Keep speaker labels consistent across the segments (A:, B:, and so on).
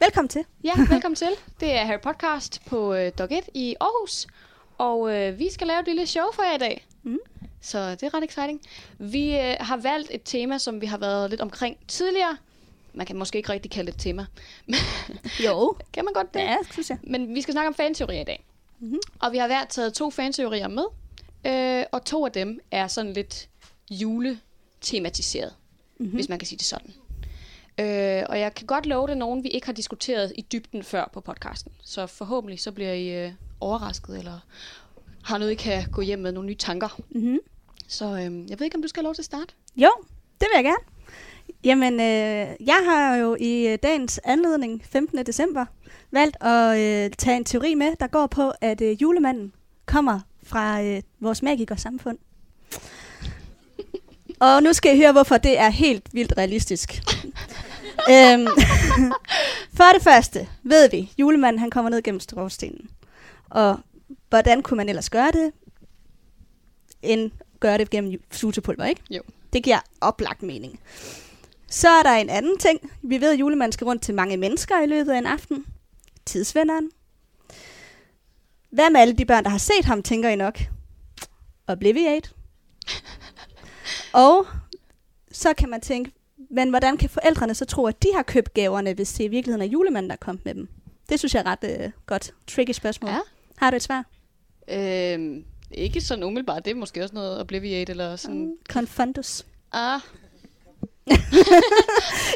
A: Velkommen til.
B: Ja, velkommen til. Det er Harry Podcast på øh, Dog 1 i Aarhus, og øh, vi skal lave et lille show for jer i dag.
A: Mm.
B: Så det er ret exciting. Vi øh, har valgt et tema, som vi har været lidt omkring tidligere. Man kan måske ikke rigtig kalde det et tema.
A: Jo.
B: kan man godt det?
A: Ja, synes jeg.
B: Men vi skal snakke om fanteorier i dag.
A: Mhm.
B: Mm-hmm. Og vi har hver taget to fanteorier med, øh, og to af dem er sådan lidt juletematiseret, mm-hmm. hvis man kan sige det sådan. Øh, og jeg kan godt love, det er nogen, vi ikke har diskuteret i dybden før på podcasten. Så forhåbentlig så bliver I øh, overrasket, eller har noget, I kan gå hjem med nogle nye tanker.
A: Mm-hmm.
B: Så øh, jeg ved ikke, om du skal have lov til at starte?
A: Jo, det vil jeg gerne. Jamen, øh, jeg har jo i øh, dagens anledning, 15. december, valgt at øh, tage en teori med, der går på, at øh, julemanden kommer fra øh, vores magikersamfund. Og nu skal I høre, hvorfor det er helt vildt realistisk. øhm, for det første ved vi, julemanden han kommer ned gennem skorstenen. Og hvordan kunne man ellers gøre det, end gøre det gennem ju- sutepulver, ikke?
B: Jo.
A: Det giver oplagt mening. Så er der en anden ting. Vi ved, at julemanden skal rundt til mange mennesker i løbet af en aften. Tidsvenderen. Hvad med alle de børn, der har set ham, tænker I nok? Obliviate. Og så kan man tænke, men hvordan kan forældrene så tro, at de har købt gaverne, hvis det i virkeligheden er julemanden, der kom med dem? Det synes jeg er ret øh, godt. Tricky spørgsmål.
B: Ja.
A: Har du et svar?
B: Øh, ikke sådan umiddelbart. Det er måske også noget Obliviate, eller sådan... Mm.
A: Confundus.
B: Ah,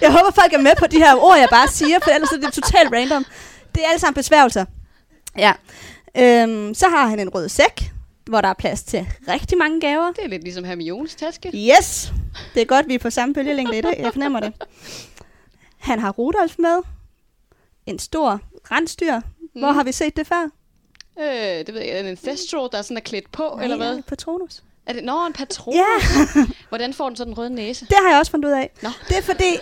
A: Jeg håber, folk er med på de her ord, jeg bare siger, for ellers er det totalt random. Det er alle sammen besværgelser. Ja. Øhm, så har han en rød sæk, hvor der er plads til rigtig mange gaver.
B: det er lidt ligesom Hermiones taske.
A: Yes! Det er godt, vi er på samme bølgelængde i dag. Jeg fornemmer det. Han har Rudolf med. En stor rensdyr. Hvor
B: Mm.
A: har vi set det før?
B: Øh, det ved jeg, ikke. er det
A: Mm.
B: en Thestro, der sådan er klædt på, Nej, eller hvad?
A: På Tronus.
B: Er det, nå, en patron.
A: Ja,
B: Hvordan får den så den røde næse?
A: det har jeg også fundet ud af.
B: Nå.
A: Det er fordi,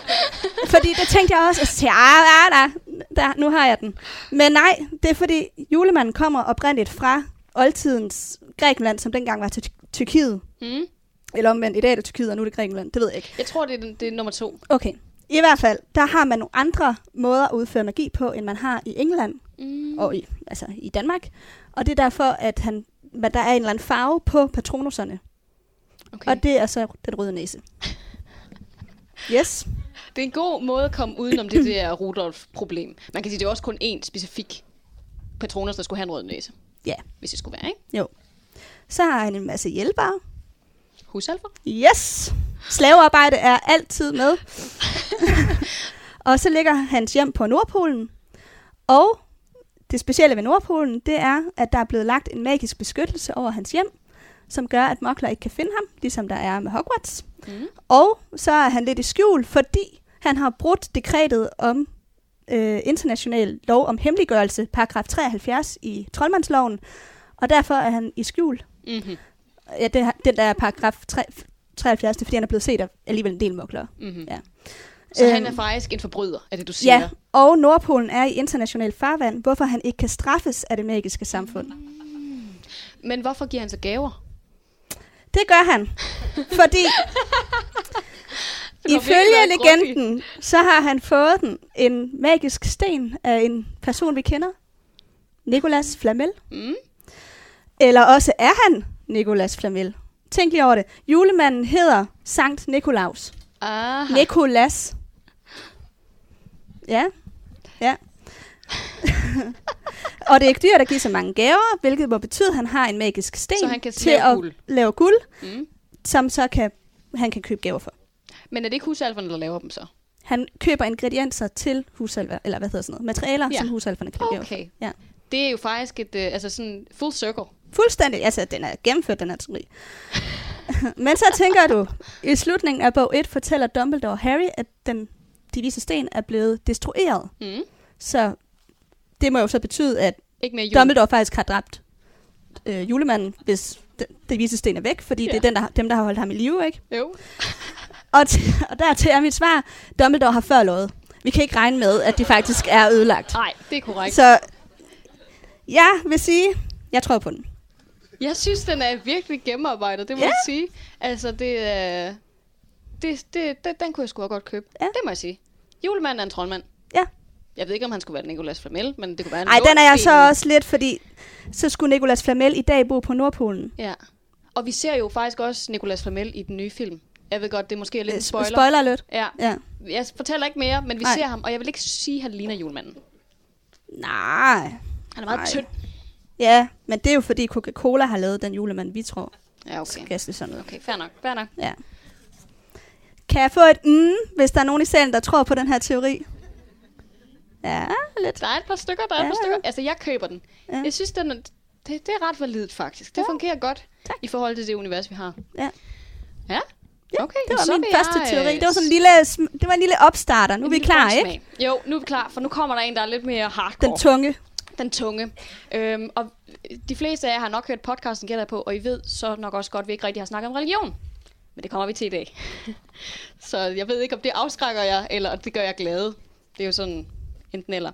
A: fordi det tænkte jeg også. Og så tænkte jeg, ah, ah, der, der, nu har jeg den. Men nej, det er fordi, julemanden kommer oprindeligt fra oldtidens Grækenland, som dengang var til Ty- Tyrkiet.
B: Mm.
A: Eller omvendt, i dag er det Tyrkiet, og nu er det Grækenland. Det ved jeg ikke.
B: Jeg tror, det er, den- det er nummer to.
A: Okay. I hvert fald, der har man nogle andre måder at udføre magi på, end man har i England
B: Mm.
A: og i, altså i Danmark. Og det er derfor, at han, men der er en eller anden farve på patronusserne.
B: Okay.
A: Okay. Og det er så den røde næse. Yes.
B: Det er en god måde at komme udenom det der Rudolf-problem. Man kan sige, det er også kun én specifik patronus, der skulle have en rød næse.
A: Ja.
B: Hvis det skulle være, ikke?
A: Så har han en masse hjælpere.
B: Husalfer?
A: Yes! Slavearbejde er altid med. og så ligger hans hjem på Nordpolen. Og det specielle ved Nordpolen, det er, at der er blevet lagt en magisk beskyttelse over hans hjem, som gør, at mokler ikke kan finde ham, ligesom der er med Hogwarts.
B: Mm.
A: Og så er han lidt i skjul, fordi han har brudt dekretet om øh, international lov om hemmeliggørelse, paragraf 73 i troldmandsloven, og derfor er han i skjul
B: Mm-hmm.
A: Ja, det, har- den der er paragraf 3, 73, det er fordi, han er blevet set af alligevel en del moklere.
B: Mm-hmm.
A: Ja.
B: Så
A: Øhm.
B: han er faktisk en forbryder, er det, du siger?
A: Ja, og Nordpolen er i international farvand, hvorfor han ikke kan straffes af det magiske samfund.
B: Mm. Men hvorfor giver han så gaver?
A: Det gør han, fordi
B: Det var
A: ifølge
B: virkelig noget
A: legenden, så har han fået den en magisk sten af en person, vi kender. Nicolas Flamel.
B: Mm.
A: Eller også er han Nicolas Flamel. Tænk lige over det. Julemanden hedder Sankt Nikolaus.
B: Aha.
A: Nikolas. Ja. Ja. og det er ikke dyrt at give så mange gaver, hvilket må betyde, at han har en magisk sten
B: Så han kan
A: til
B: lave
A: at
B: guld.
A: lave guld,
B: Mm.
A: som så kan, han kan købe gaver for.
B: Men er det ikke husalferne, der laver dem så?
A: Han køber ingredienser til husalver, eller hvad hedder sådan noget, materialer,
B: Ja.
A: som husalverne kan lave gaver for.
B: Okay.
A: Ja.
B: Det er jo faktisk et, øh, altså sådan full circle.
A: Fuldstændig, altså den er gennemført, den her teori. Men så tænker du, i slutningen af bog 1 fortæller Dumbledore Harry, at den de vise sten er blevet destrueret.
B: Mm.
A: Så det må jo så betyde, at
B: Ikke mere jul.
A: Dumbledore faktisk har dræbt øh, julemanden, hvis det, det vise sten er væk, fordi ja. det
B: Ja.
A: er den, der, har- dem, der har holdt ham i live, ikke?
B: Jo.
A: Og, t- og dertil er mit svar, Dumbledore har før lovet. Vi kan ikke regne med, at de faktisk er ødelagt.
B: Nej, det er korrekt.
A: Så jeg vil sige, jeg tror på den.
B: Jeg synes, den er virkelig gennemarbejdet, det må
A: Ja.
B: ja. jeg sige. Altså, det er... Det, det, det, den kunne jeg sgu også godt købe.
A: Ja.
B: Det må jeg sige. Julemanden er en troldmand.
A: Ja.
B: Jeg ved ikke, om han skulle være Nicolas Flamel, men det kunne være en
A: Ej, den er jeg så
B: lortefilm.
A: også lidt, fordi så skulle Nicolas Flamel i dag bo på Nordpolen.
B: Ja. Og vi ser jo faktisk også Nicolas Flamel i den nye film. Jeg ved godt, det er måske lidt en
A: Øh,
B: spoiler.
A: spoiler alert.
B: ja.
A: Ja.
B: Jeg fortæller ikke mere, men vi
A: Nej.
B: ser ham, og jeg vil ikke sige, at han ligner julemanden.
A: Nej.
B: Han er meget
A: Nej.
B: tynd.
A: Ja, men det er jo fordi Coca-Cola har lavet den julemand, vi tror.
B: Ja,
A: Okay.
B: okay.
A: Kaste sådan noget.
B: Okay, fair nok, fair nok.
A: Ja. Kan jeg få et mm, hvis der er nogen i salen, der tror på den her teori? Ja, lidt.
B: Der er et par stykker, der er ja,
A: Ja,
B: et par
A: ja.
B: stykker. Altså, jeg køber den.
A: Ja.
B: Ja. Jeg synes, den er, det, det er ret validt, faktisk. Det ja. fungerer godt
A: Tak.
B: i forhold til det univers, vi har.
A: Ja.
B: Ja?
A: Ja,
B: Okay,
A: det
B: så
A: var min
B: vil
A: første
B: jeg,
A: teori.
B: øh,
A: Det var sådan en lille, sm- det var en lille opstarter. Nu er
B: en
A: vi
B: lille
A: klar,
B: båndsmag.
A: ikke?
B: Jo, nu er vi klar, for nu kommer der en, der er lidt mere hardcore.
A: Den tunge.
B: Den tunge. Øhm, og de fleste af jer har nok hørt podcasten gætter jeg på, og I ved så nok også godt, at vi ikke rigtig har snakket om religion. Men det kommer vi til i dag. så jeg ved ikke, om det afskrækker jer, eller det gør jer glade. Det er jo sådan enten eller.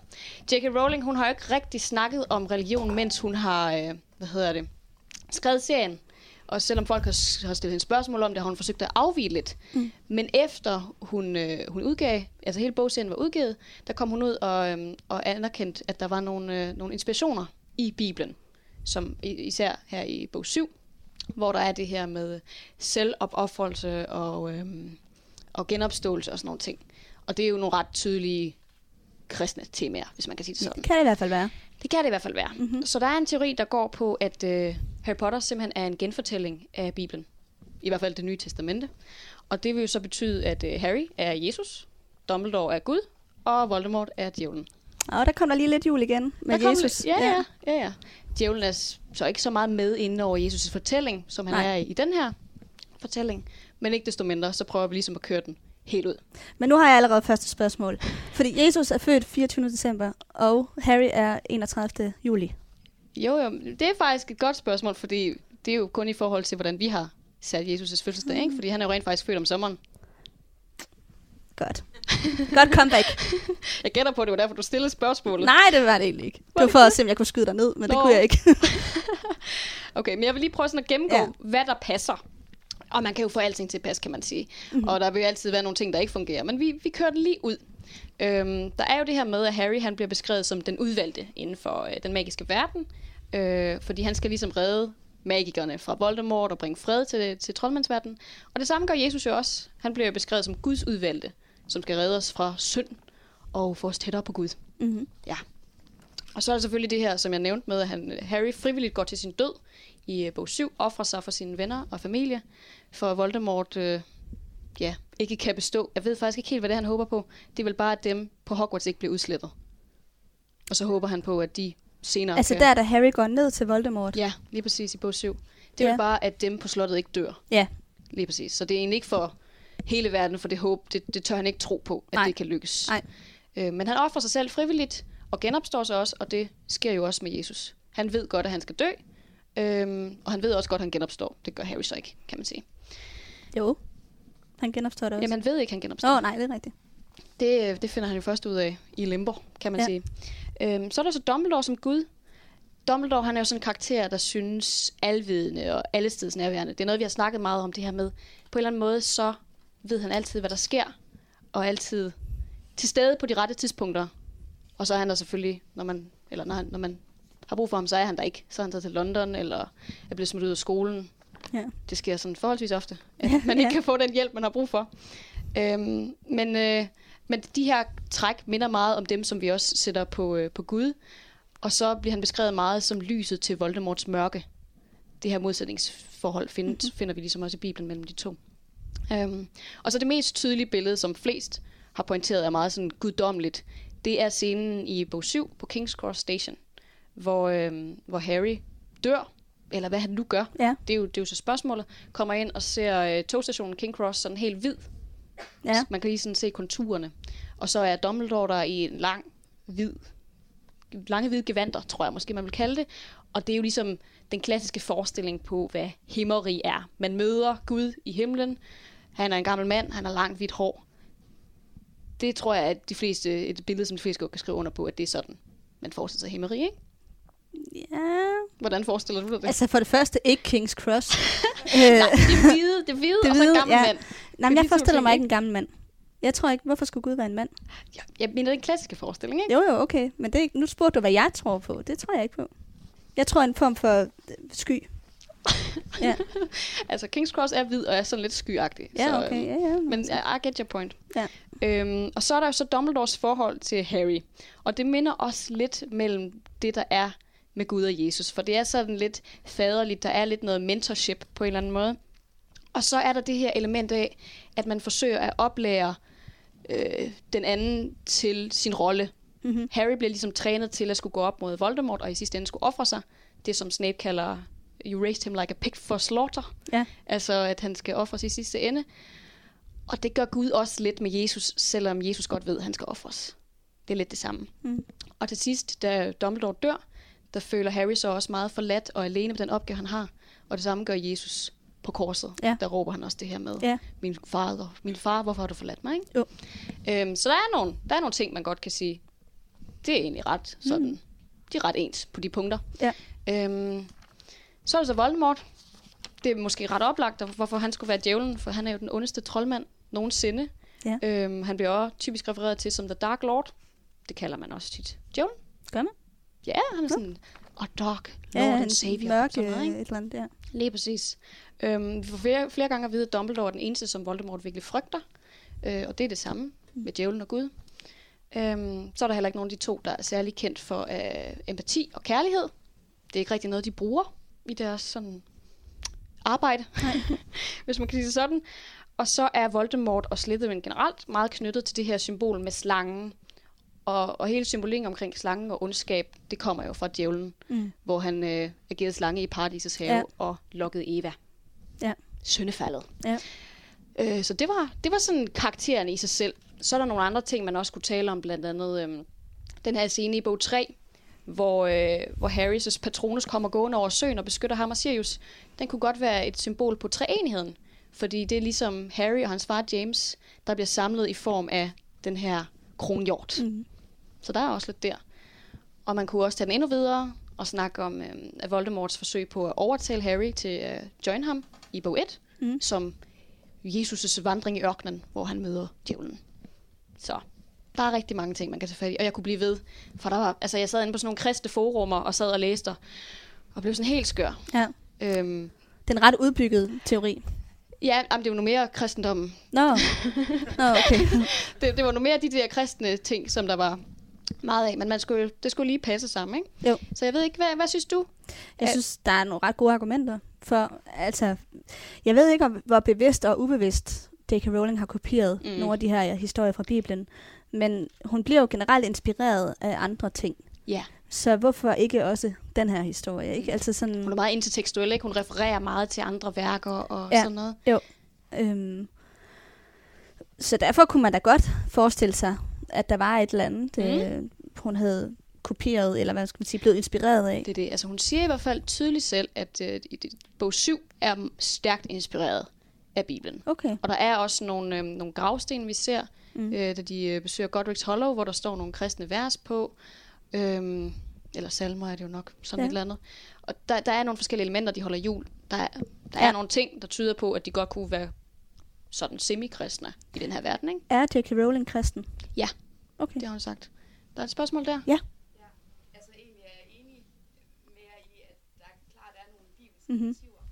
B: J.K. Rowling, hun har jo ikke rigtig snakket om religion, mens hun har, øh, hvad hedder det, skrevet serien. Og selvom folk har, s- har stillet hende spørgsmål om det, har hun forsøgt at afvige lidt. Mm. Men efter hun, øh, hun udgav, altså hele bogserien var udgivet, der kom hun ud og, øh, og anerkendte, at der var nogle, øh, nogle inspirationer i Bibelen. Som i, især her i bog 7, hvor der er det her med øh, selvopoffrelse og, øh, og genopståelse og sådan nogle ting. Og det er jo nogle ret tydelige kristne temaer, hvis man kan sige det sådan.
A: Kan det i hvert fald være.
B: Det kan det i hvert fald være. Mm-hmm. Så der er en teori, der går på, at øh, Harry Potter simpelthen er en genfortælling af Bibelen. I hvert fald det nye testamente. Og det vil jo så betyde, at øh, Harry er Jesus, Dumbledore er Gud, og Voldemort er djævlen.
A: Og der kom der lige lidt jul igen med
B: Der kom-
A: Jesus.
B: Ja, ja, ja, ja. Djævlen er s- så ikke så meget med inde over Jesus' fortælling, som han
A: Nej.
B: Nej. er i, i den her fortælling. Men ikke desto mindre, så prøver vi ligesom at køre den helt ud.
A: Men nu har jeg allerede første spørgsmål. Fordi Jesus er født 24. december, og Harry er 31. juli.
B: Jo, jo, det er faktisk et godt spørgsmål, fordi det er jo kun i forhold til, hvordan vi har sat Jesus' fødselsdag, mm. ikke? Fordi han er jo rent faktisk født om sommeren.
A: Godt. Godt comeback.
B: Jeg gætter på, at det var derfor, du stillede spørgsmålet.
A: Nej, det var det egentlig ikke. Det var for at se, om jeg kunne skyde dig ned, men det
B: Nå.
A: kunne jeg ikke.
B: Okay, men jeg vil lige prøve sådan at gennemgå,
A: Ja.
B: ja. hvad der passer. Og man kan jo få alting til at passe, kan man sige.
A: Mhm.
B: Mm-hmm. Og der vil jo altid være nogle ting, der ikke fungerer. Men vi, vi kører den lige ud. Øhm, der er jo det her med, at Harry han bliver beskrevet som den udvalgte inden for øh, den magiske verden. Øh, fordi han skal ligesom redde magikerne fra Voldemort og bringe fred til, til troldmandsverdenen. Og det samme gør Jesus jo også. Han bliver jo beskrevet som Guds udvalgte, som skal redde os fra synd og få os tættere på Gud.
A: Mhm.
B: Ja. Og så er der selvfølgelig det her, som jeg nævnte med, at han, Harry frivilligt går til sin død i øh, bog 7, offrer sig for sine venner og familie, for at Voldemort øh, ja, ikke kan bestå. Jeg ved faktisk ikke helt, hvad det er, han håber på. Det er vel bare, at dem på Hogwarts ikke bliver udslettet. Og så håber han på, at de senere
A: Altså
B: kan...
A: der, da Harry går ned til Voldemort.
B: Ja, lige præcis i bog 7. Det er
A: Ja.
B: ja. bare, at dem på slottet ikke dør.
A: Ja.
B: Lige præcis. Så det er egentlig ikke for hele verden, for det håb, det, det tør han ikke tro på, at
A: Nej.
B: Nej. det kan lykkes.
A: Nej.
B: Øh, men han offrer sig selv frivilligt og genopstår sig også, og det sker jo også med Jesus. Han ved godt, at han skal dø, øhm, og han ved også godt, at han genopstår. Det gør Harry så ikke, kan man sige.
A: Jo. Han genopstår det også.
B: Jamen, altså- han ved ikke, at han genopstår.
A: Åh, oh, nej, det er rigtigt.
B: Det, øh, det finder han jo først ud af i Limborg, kan man
A: Ja.
B: ja. sige. Øhm, så er der så Dumbledore som Gud. Dumbledore, han er jo sådan en karakter, der synes alvidende og allesteds nærværende. Det er noget, vi har snakket meget om det her med. På en eller anden måde, så ved han altid, hvad der sker, og altid til stede på de rette tidspunkter. Og så er han der selvfølgelig, når man, eller når, han, når man har brug for ham, så er han der ikke. Så er han taget til London, eller er blevet smidt ud af skolen,
A: Ja.
B: det sker sådan forholdsvis ofte, at man ikke
A: ja.
B: kan få den hjælp, man har brug for. Øhm, men, øh, men de her træk minder meget om dem, som vi også sætter på, øh, på Gud. Og så bliver han beskrevet meget som lyset til Voldemorts mørke. Det her modsætningsforhold find,
A: Mhm.
B: mm-hmm. finder vi ligesom også i Bibelen mellem de to. Øhm, og så det mest tydelige billede, som flest har pointeret er meget sådan guddommeligt, det er scenen i bog 7 på King's Cross Station, hvor, øhm, hvor Harry dør, eller hvad han nu gør,
A: Ja.
B: det er jo, det er jo så spørgsmålet, kommer ind og ser øh, togstationen King Cross sådan helt hvid.
A: Ja.
B: Ja. Man kan lige sådan se konturerne. Og så er Dumbledore der i en lang, hvid, lange hvide gevanter, tror jeg måske, man vil kalde det. Og det er jo ligesom den klassiske forestilling på, hvad himmeri er. Man møder Gud i himlen. Han er en gammel mand, han har langt hvidt hår. Det tror jeg, at de fleste, et billede, som de fleste godt kan skrive under på, at det er sådan, man forestiller sig himmeri, ikke?
A: ja.
B: Hvordan forestiller du dig det? Altså,
A: Altså for det første, ikke King's Cross. øh,
B: det er hvide, det er hvide, det og så en gammel ja. mand.
A: Nej, men jeg
B: Det er de to
A: forestiller
B: ting,
A: mig ikke
B: ikke?
A: en gammel mand. Jeg Jeg tror ikke, hvorfor skulle Gud være en mand?
B: Jeg, jeg mener den klassiske forestilling, ikke?
A: Jo, jo, okay. Men det er ikke, nu spurgte du, hvad jeg tror på. Det tror jeg ikke på. Jeg tror en form for øh, sky. Ja,
B: Altså, King's Cross er hvid og er sådan lidt skyagtig.
A: ja
B: så,
A: okay.
B: øhm,
A: Ja, ja.
B: Men I I get your point.
A: Ja.
B: Øhm, og så er der jo så Dumbledores forhold til Harry. Og det minder også lidt mellem det, der er med Gud og Jesus. For det er sådan lidt faderligt. Der er lidt noget mentorship på en eller anden måde. Og så er der det her element af, at man forsøger at oplære øh, den anden til sin rolle.
A: Mhm.
B: Harry bliver ligesom trænet til at skulle gå op mod Voldemort, og i sidste ende skulle ofre sig. Det som Snape kalder, you raised him like a pig for slaughter.
A: Ja.
B: Altså, at han skal ofres i sidste ende. Og det gør Gud også lidt med Jesus, selvom Jesus godt ved, at han skal ofres. Det er lidt det samme.
A: Mm.
B: Og til sidst, da Dumbledore dør, der føler Harry så også meget forladt og alene på den opgave, han har. Og det samme gør Jesus på korset.
A: Ja.
B: Der råber han også det her med,
A: Ja.
B: min, far, min far, hvorfor har du forladt mig? Ikke?
A: Jo.
B: Øhm, så der er, nogle, der er nogle ting, man godt kan sige, det er egentlig ret sådan, mm. de er ret ens på de punkter.
A: Ja.
B: Øhm, så er der så Voldemort. Det er måske ret oplagt, og hvorfor han skulle være djævlen, for han er jo den ondeste troldmand nogensinde.
A: Ja.
B: Øhm, han bliver også typisk refereret til som The Dark Lord. Det kalder man også tit djævlen.
A: Gør man?
B: Ja, han er sådan, og Dark,
A: Ja,
B: Lord ja,
A: en
B: and Savior.
A: mørk
B: sådan noget,
A: øh,
B: ikke?
A: et eller andet der.
B: Lige præcis. Øhm, vi får flere, flere gange at vide, at Dumbledore er den eneste, som Voldemort virkelig frygter. Øh, og det er det samme med djævlen og Gud. Øhm, så er der heller ikke nogen af de to, der er særlig kendt for øh, empati og kærlighed. Det er ikke rigtig noget, de bruger i deres sådan, arbejde, hvis man kan sige det sådan. Og så er Voldemort og Slytherin generelt meget knyttet til det her symbol med slangen. Og, og hele symbolikken omkring slangen og ondskab, det kommer jo fra djævlen
A: Mm.
B: hvor han øh, agerede slange i Paradisets have
A: Ja.
B: ja. og lokkede Eva.
A: Ja.
B: Søndefaldet.
A: Ja.
B: Øh, så det var, det var sådan karakteren i sig selv. Så er der nogle andre ting, man også kunne tale om, blandt andet øh, den her scene i bog 3, hvor, øh, hvor Harrys patronus kommer gående over søen og beskytter ham og Sirius. Den kunne godt være et symbol på treenigheden, fordi det er ligesom Harry og hans far James, der bliver samlet i form af den her kronhjort.
A: Mm.
B: Så der er også lidt der. Og man kunne også tage den endnu videre og snakke om øh, at Voldemorts forsøg på at overtale Harry til at øh, join ham i bog 1,
A: Mm.
B: mm. som Jesus' vandring i ørkenen, hvor han møder djævlen. Så der er rigtig mange ting, man kan tage fat i. Og jeg kunne blive ved, for der var, altså, jeg sad inde på sådan nogle kristne forumer og sad og læste og, og blev sådan helt skør.
A: Ja.
B: Øhm,
A: Den ret udbyggede teori.
B: ja, jamen, det var nu mere kristendommen.
A: Nå, Nå okay.
B: Det, det var nu mere de der kristne ting, som der var meget af, men man skulle, det skulle lige passe sammen, ikke?
A: Jo.
B: Så jeg ved ikke, hvad, hvad synes du?
A: Jeg
B: Øh.
A: synes, der er nogle ret gode argumenter. For altså, jeg ved ikke, om, hvor bevidst og ubevidst J.K. Rowling har kopieret mm.
B: Mm.
A: nogle af de her ja, historier fra Bibelen. Men hun bliver jo generelt inspireret af andre ting.
B: Ja.
A: Så hvorfor ikke også den her historie? Ikke? Altså
B: Hun er
A: sådan,
B: meget intertekstuel, ikke? Hun refererer meget til andre værker og
A: Ja.
B: ja. sådan noget.
A: øhm, så derfor kunne man da godt forestille sig, at der var et eller andet, mm. øh, hun havde kopieret, eller hvad skal man sige, blevet inspireret af.
B: Det er det. Altså, hun siger i hvert fald tydeligt selv, at øh, i det- bog 7 er m- stærkt inspireret af Bibelen.
A: Okay.
B: Og der er også nogle, øh, nogle gravsten, vi ser,
A: Mm.
B: mm. øh, da de øh, besøger Godric's Hollow, hvor der står nogle kristne vers på. Øhm, eller salmer er det jo nok, sådan
A: Ja.
B: ja. et eller andet. Og der, der er nogle forskellige elementer, de holder jul. Der er, der
A: Ja.
B: er nogle ting, der tyder på, at de godt kunne være sådan semikristne i den her verden, ikke?
A: Er J.K. Rowling kristen?
B: Ja.
A: Okay.
B: Det har hun sagt. Der er et spørgsmål der.
C: altså egentlig er jeg enig med jer i, at der klart er nogle bibelske
A: Mhm.
C: mm-hmm. motiver,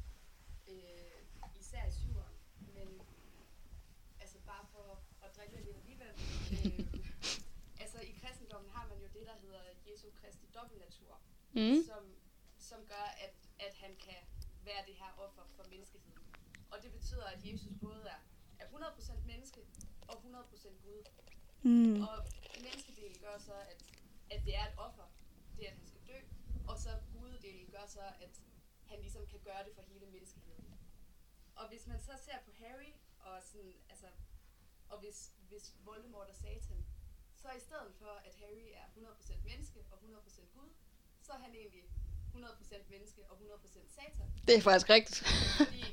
C: øh, især i syveren, men altså bare for at drille lidt alligevel, øh, altså i kristendommen har man jo det, der hedder Jesu Kristi dobbeltnatur,
B: Mm.
C: som, som gør, at, at han kan være det her offer for menneskeheden. Og det betyder, at Jesus både er, er 100% menneske og 100% Gud.
A: Mm.
C: Og menneskedelen gør så, at, at det er et offer, det at han skal dø. Og så guddelen gør så, at han ligesom kan gøre det for hele menneskeheden. Og hvis man så ser på Harry, og sådan, altså, og hvis, hvis Voldemort og Satan, så i stedet for, at Harry er 100% menneske og 100% Gud, så er han egentlig 100% menneske og 100% Satan.
B: Det er faktisk rigtigt.
C: Fordi,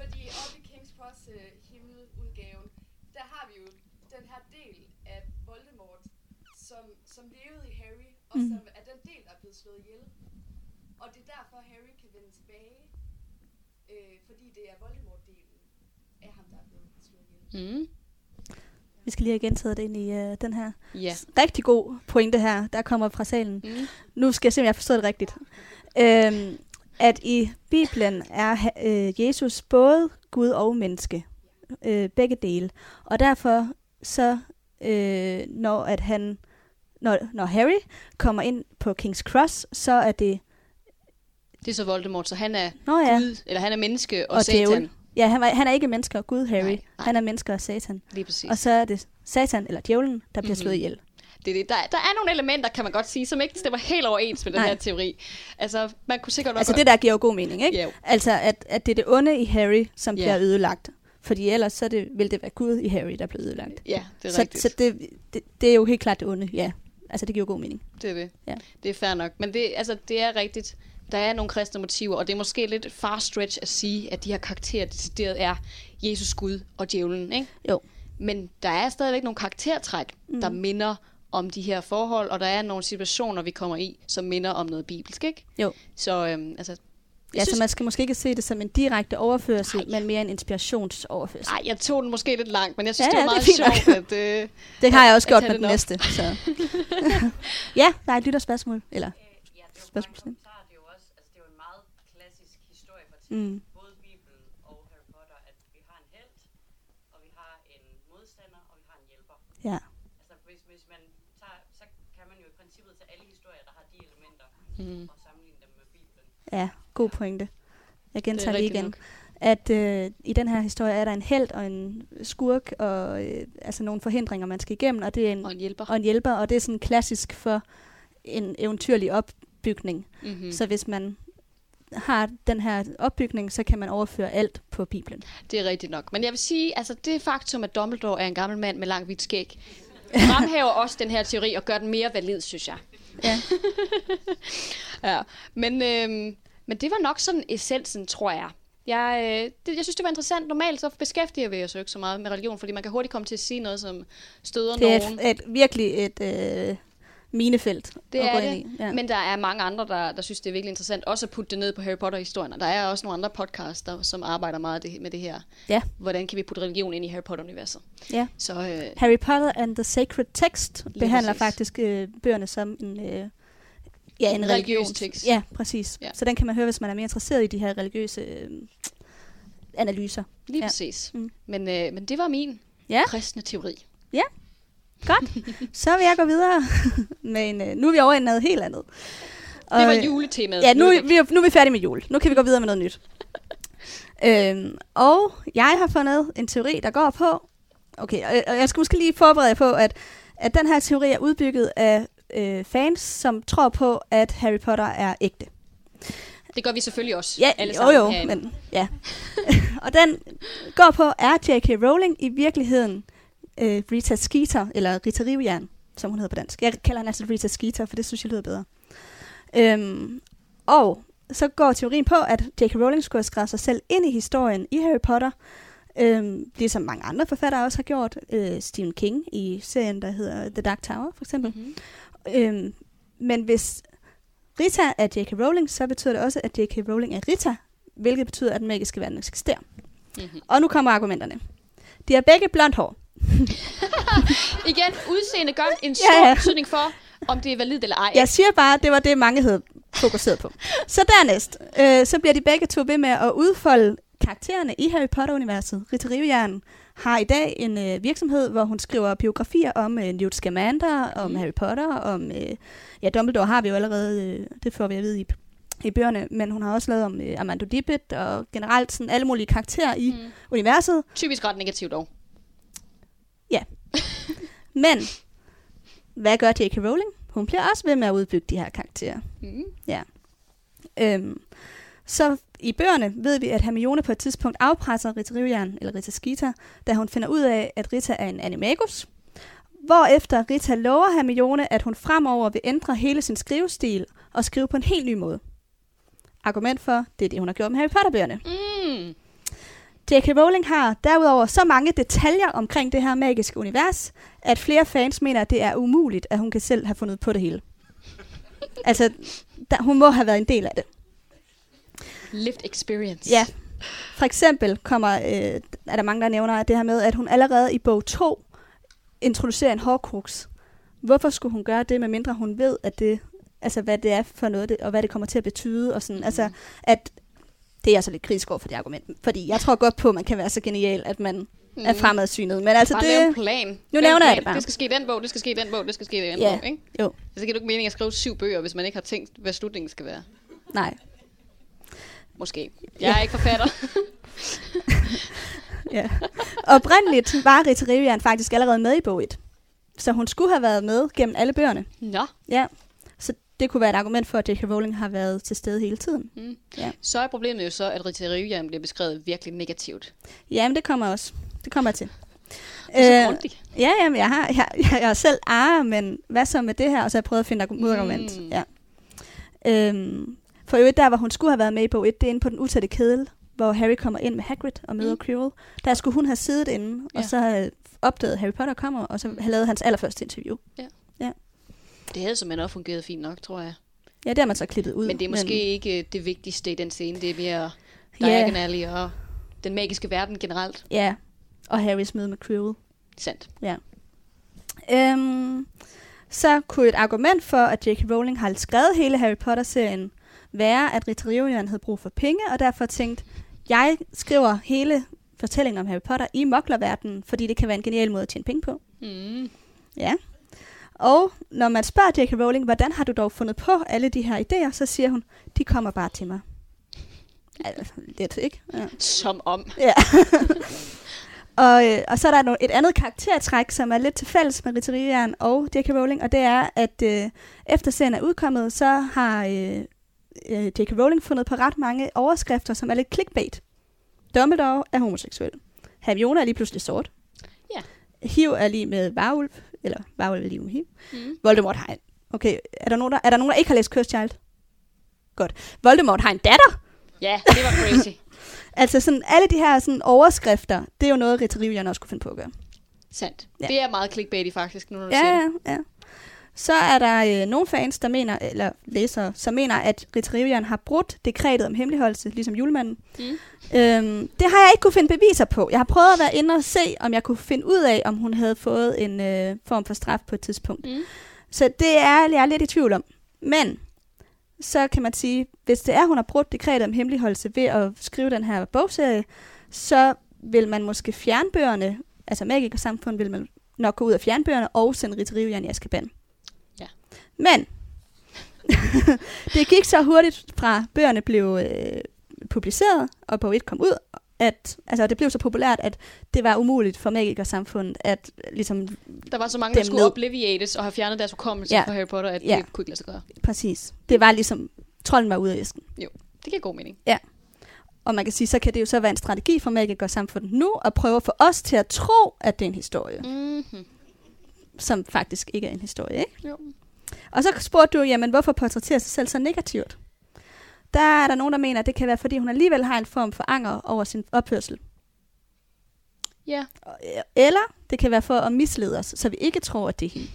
C: fordi oppe i Kings Cross øh, himmeludgaven, der har vi jo den her del af Voldemort, som, som levede i Harry, og
A: Mhm.
C: som er den del, der er blevet slået ihjel. Og det er derfor, Harry kan vende tilbage, øh, fordi det er Voldemort-delen af ham, der er blevet slået ihjel.
B: Mm.
A: Vi skal lige have gentaget det ind i øh, den her.
B: Ja.
A: Rigtig god pointe her, der kommer fra salen.
B: Mm.
A: Nu skal jeg se, om jeg har forstået det rigtigt. Øhm, at i Bibelen er ha- øh, Jesus både Gud og menneske. Øh, begge dele. Og derfor så, øh, når, at han, når, når Harry kommer ind på King's Cross, så er det...
B: Det er så Voldemort, så han er
A: Nå ja,
B: Gud, eller han er menneske og,
A: Og
B: satan.
A: djævel. ja han, var, han er ikke menneske og Gud, Harry.
B: Nej,
A: Nej,
B: nej.
A: nej. Han er menneske og satan.
B: Lige præcis.
A: Og så er det satan, eller djævlen, der bliver
B: Mhm.
A: mm-hmm. slået ihjel.
B: Det er det. Der, der er nogle elementer, kan man godt sige, som ikke stemmer helt overens med den
A: Nej.
B: her teori. Altså, man kunne sikkert nok
A: Altså det der giver jo god mening, ikke?
B: Ja, jo.
A: Altså at, at det er det onde i Harry, som
B: Ja.
A: yeah. bliver ødelagt. Fordi ellers så er det, vil det være Gud i Harry, der bliver ødelagt.
B: Ja, det er
A: så
B: rigtigt.
A: så det, det, det er jo helt klart det onde, ja. Altså det giver jo god mening.
B: Det er det.
A: Ja.
B: Det er fair nok. Men det, altså, det er rigtigt. Der er nogle kristne motiver, og det er måske lidt far stretch at sige, at de her karakterer decideret er Jesus Gud og djævlen. Ikke?
A: Jo.
B: Men der er stadigvæk nogle karaktertræk, mm. der minder om de her forhold, og der er nogle situationer, vi kommer i, som minder om noget bibelsk. Ikke?
A: Jo.
B: Så øhm, altså, jeg
A: Ja,
B: synes,
A: så man skal måske ikke se det som en direkte overførsel,
B: Nej.
A: Nej. men mere en inspirationsoverførsel.
B: Ej, jeg tog den måske lidt langt, men jeg synes,
A: Ja,
B: det var
A: ja,
B: meget
A: det er fint
B: sjovt, at... Øh,
A: Det har jeg også
B: jeg
A: gjort
B: tager
A: med
B: den
A: den
B: op.
A: næste. Så. ja, der er et lytterspørgsmål. Eller,
C: Øh, ja, det er jo mange
A: Spørgsmål.
C: kommentarer. Det er jo også, altså, det er jo en meget klassisk historiefortælling.
A: Mm.
C: Mm. Både Bibelen og Harry Potter, at vi har en held, og vi har en modstander, og vi har en hjælper.
A: ja.
C: Altså, hvis, hvis man tager, så kan man jo i princippet tage alle historier, der har de elementer,
B: Mm.
C: mm. og sammenligne dem med Bibelen.
A: ja, god pointe. Jeg
B: det er
A: gentager det,
B: rigtigt
A: igen.
B: nok.
A: at øh, i den her historie er der en held og en skurk og øh, altså nogle forhindringer, man skal igennem, og det er en,
B: Og en hjælper.
A: og en hjælper, og det er sådan klassisk for en eventyrlig opbygning.
B: Mm-hmm.
A: Mm. Så hvis man har den her opbygning, så kan man overføre alt på Bibelen.
B: Det er rigtigt nok. Men jeg vil sige, altså det faktum, at Dumbledore er en gammel mand med langt hvidt skæg, fremhæver også den her teori og gør den mere valid, synes jeg.
A: Ja.
B: ja. Men, øhm, men det var nok sådan essensen, tror jeg. Jeg, øh, det, jeg synes, det var interessant. Normalt så beskæftiger vi os jo ikke så meget med religion, fordi man kan hurtigt komme til at sige noget, som støder
A: Det er
B: nogen.
A: et, et, virkelig et øh, minefelt
B: Det
A: at
B: er
A: gå
B: det,
A: ind i. Ja.
B: men der er mange andre, der, der synes, det er virkelig interessant også at putte det ned på Harry Potter-historien. Og der er også nogle andre podcasts, der, som arbejder meget det, med det her.
A: Ja.
B: Hvordan kan vi putte religion ind i Harry Potter-universet?
A: ja.
B: Så øh,
A: Harry Potter and the Sacred Text
B: Lige
A: behandler
B: præcis.
A: faktisk øh, bøgerne som en, øh, ja, en
B: Religiøs
A: religions-
B: tekst.
A: Ja, præcis.
B: Ja.
A: Ja. Så den kan man høre, hvis man er mere interesseret i de her religiøse øh, analyser.
B: Lige ja.
A: Ja.
B: præcis. Mm.
A: Mm.
B: Men, øh, men det var min
A: Ja.
B: kristne teori.
A: Så vil jeg gå videre. Men øh, nu er vi over i noget helt andet. Og,
B: Det var
A: øh,
B: juletemaet.
A: Ja, nu,
B: er
A: er vi, nu er vi færdige med jul. Nu kan vi gå videre med noget nyt. øhm, og jeg har fundet en teori, der går på... Okay, og, og jeg skal måske lige forberede jer på, at, at den her teori er udbygget af øh, fans, som tror på, at Harry Potter er ægte.
B: væk. Det gør vi selvfølgelig også.
A: Ja,
B: alle
A: jo
B: sammen
A: jo,
B: herinde.
A: men ja. og den går på, er J.K. Rowling i virkeligheden øh, Rita Skeeter, eller Rita Rivjern, som hun hedder på dansk. Jeg kalder hende altid Rita Skeeter, for det synes jeg lyder bedre. Øhm, og så går teorien på, at J.K. Rowling skulle have skrevet sig selv ind i historien i Harry Potter, øhm, ligesom mange andre forfattere også har gjort. Øh, Stephen King i serien, der hedder The Dark Tower, for eksempel.
B: Mhm.
A: Øhm, men hvis Rita er J.K. Rowling, så betyder det også, at J.K. Rowling er Rita, hvilket betyder, at den magiske verden eksisterer.
B: Mhm.
A: Og nu kommer argumenterne. De har begge blondt hår.
B: Igen, udseende gør en stor ja,
A: Ja,
B: ja.
A: ja.
B: betydning for, om det er validt eller ej.
A: Jeg siger bare, at det var det, mange havde fokuseret på. Så dernæst, øh, så bliver de begge to ved med at udfolde karaktererne i Harry Potter-universet. Rita Rivjern har i dag en øh, virksomhed, hvor hun skriver biografier om øh, Newt Scamander, om Harry Potter, om... Øh, ja, Dumbledore har vi jo allerede, øh, det får vi at vide i, i bøgerne, men hun har også lavet om øh, Armando Dibbet og generelt sådan alle mulige karakterer i
B: Mm.
A: mm. universet.
B: Typisk ret negativt dog.
A: Men, hvad gør J.K. Rowling? Hun bliver også ved med at udbygge de her karakterer.
B: Mm.
A: Øhm, så i bøgerne ved vi, at Hermione på et tidspunkt afpresser Rita Rivjern, eller Rita Skeeter, da hun finder ud af, at Rita er en animagus. Hvorefter Rita lover Hermione, at hun fremover vil ændre hele sin skrivestil og skrive på en helt ny måde. Argument for, det er det, hun har gjort med Harry Potter-bøgerne.
B: Mm.
A: J.K. Rowling har derudover så mange detaljer omkring det her magiske univers, at flere fans mener, at det er umuligt, at hun kan selv have fundet på det hele. altså, der, hun må have været en del af det.
B: Lived experience.
A: Ja. For eksempel kommer, øh, er der mange, der nævner at det her med, at hun allerede i bog 2 introducere en hårdkruks. Hvorfor skulle hun gøre det, medmindre hun ved, at det, altså, hvad det er for noget, det, og hvad det kommer til at betyde? Og sådan. Mm. Altså, at, det er jeg så lidt kritisk over for det argument, fordi jeg tror godt på, at man kan være så genial, at man mm. er fremadsynet. Men altså
B: Bare det... lave en
A: det,
B: plan.
A: Nu
B: Lav en
A: nævner jeg
B: plan.
A: det bare.
B: Det skal ske i den bog, det skal ske i den bog, det skal ske i den
A: Ja.
B: bog, ikke?
A: jo,
B: Så giver det ikke mening at skrive syv bøger, hvis man ikke har tænkt, hvad slutningen skal være.
A: nej.
B: Måske. Jeg er ikke forfatter.
A: Ja. Oprindeligt var Rita Rivian faktisk allerede med i bog 1. Så hun skulle have været med gennem alle bøgerne.
B: Nå.
A: Ja. Så det kunne være et argument for, at J.K. Rowling har været til stede hele tiden.
B: Mm.
A: Ja.
B: Så er problemet jo så, at Rita Rivian bliver beskrevet virkelig negativt.
A: Jamen, det kommer også. Det kommer jeg til.
B: Det er så
A: Øh,
B: Altså, grundigt.
A: ja, jamen, jeg har, jeg, jeg, jeg har selv ah, men hvad så med det her? Og så har jeg prøvet at finde et modargument.
B: Mm.
A: Mm. Ja. Øhm, for i øvrigt, der hvor hun skulle have været med i bog 1, det er inde på den utætte kedel, hvor Harry kommer ind med Hagrid og møder
B: Mm.
A: mm. Quirrell. Der skulle hun have siddet inde, og
B: Ja. Mm.
A: så have opdaget, at Harry Potter kommer, og så have lavet hans allerførste interview.
B: Det havde simpelthen også fungeret fint nok, tror jeg.
A: Ja, det har man så klippet ud.
B: Men det er måske men... ikke øh, det vigtigste i den scene. Det er mere
A: Ja.
B: Diagon Alley og den magiske verden generelt.
A: Ja, og Harrys møde med Quirrell.
B: Sandt.
A: Øhm, så kunne et argument for, at J.K. Rowling har skrevet hele Harry Potter-serien, være, at Rita Rivian havde brug for penge, og derfor tænkt, jeg skriver hele fortællingen om Harry Potter i moklerverdenen, fordi det kan være en genial måde at tjene penge på.
B: Mm.
A: Ja. Og når man spørger J.K. Rowling, hvordan har du dog fundet på alle de her idéer, så siger hun, de kommer bare til mig. Altså, lidt, ikke? Ja.
B: Som om.
A: Ja. og, øh, og så er der no- et andet karaktertræk, som er lidt til fælles med Rita Rivian og J.K. Rowling, og det er, at øh, efter serien er udkommet, så har øh, øh, J.K. Rowling fundet på ret mange overskrifter, som er lidt clickbait. Dumbledore er homoseksuel. Hermione er lige pludselig sort.
B: Ja.
A: Hiv er lige med varulv, eller varulv er lige med hiv.
B: Mm.
A: Voldemort har en... Okay, er der, nogen, der, er der nogen, der ikke har læst Cursed Child? Godt. Voldemort har en datter!
B: Ja, det var crazy.
A: Altså sådan, alle de her sådan, overskrifter, det er jo noget, Rita Rivian også kunne finde på at gøre.
B: Sandt. Ja.
A: Ja.
B: Det er meget clickbaity faktisk, nu når du
A: Ja,
B: siger det.
A: ja, ja. Så er der øh, nogle fans, der mener, eller læsere, som mener, at Rita Rivian har brudt dekretet om hemmeligholdelse, ligesom julemanden.
B: Mm.
A: Øhm, det har jeg ikke kunne finde beviser på. Jeg har prøvet at være inde og se, om jeg kunne finde ud af, om hun havde fået en øh, form for straf på et tidspunkt.
B: Mm.
A: Så det er jeg er lidt i tvivl om. Men så kan man sige, hvis det er, hun har brudt dekretet om hemmeligholdelse ved at skrive den her bogserie, så vil man måske fjerne bøgerne, altså Magik og Samfund vil man nok gå ud og fjerne bøgerne og sende Rita Rivian i Azkaban.
B: Ja.
A: Men det gik så hurtigt fra bøgerne blev øh, publiceret, og på et kom ud, at altså, det blev så populært, at det var umuligt for Magikersamfundet at øh, ligesom
B: Der var så mange, der
A: Dem
B: skulle
A: ned.
B: obliviates og have fjernet deres hukommelse ja.
A: Ja.
B: fra Harry Potter, at ja.
A: Ja.
B: det kunne ikke lade sig gøre.
A: Præcis. Det var ligesom, trolden var ude af æsken.
B: Det giver god mening.
A: Og man kan sige, så kan det jo så være en strategi for Magiker Samfundet nu, at prøve at få os til at tro, at det er en historie, mm.
B: Mm-hmm.
A: som faktisk ikke er en historie. Ikke?
B: Jo.
A: Og så spurgte du, jamen hvorfor portrætterer sig selv så negativt? Der er der nogen, der mener, at det kan være, fordi hun alligevel har en form for anger over sin opførsel.
B: Ja.
A: Eller det kan være for at mislede os, så vi ikke tror, at det er hende.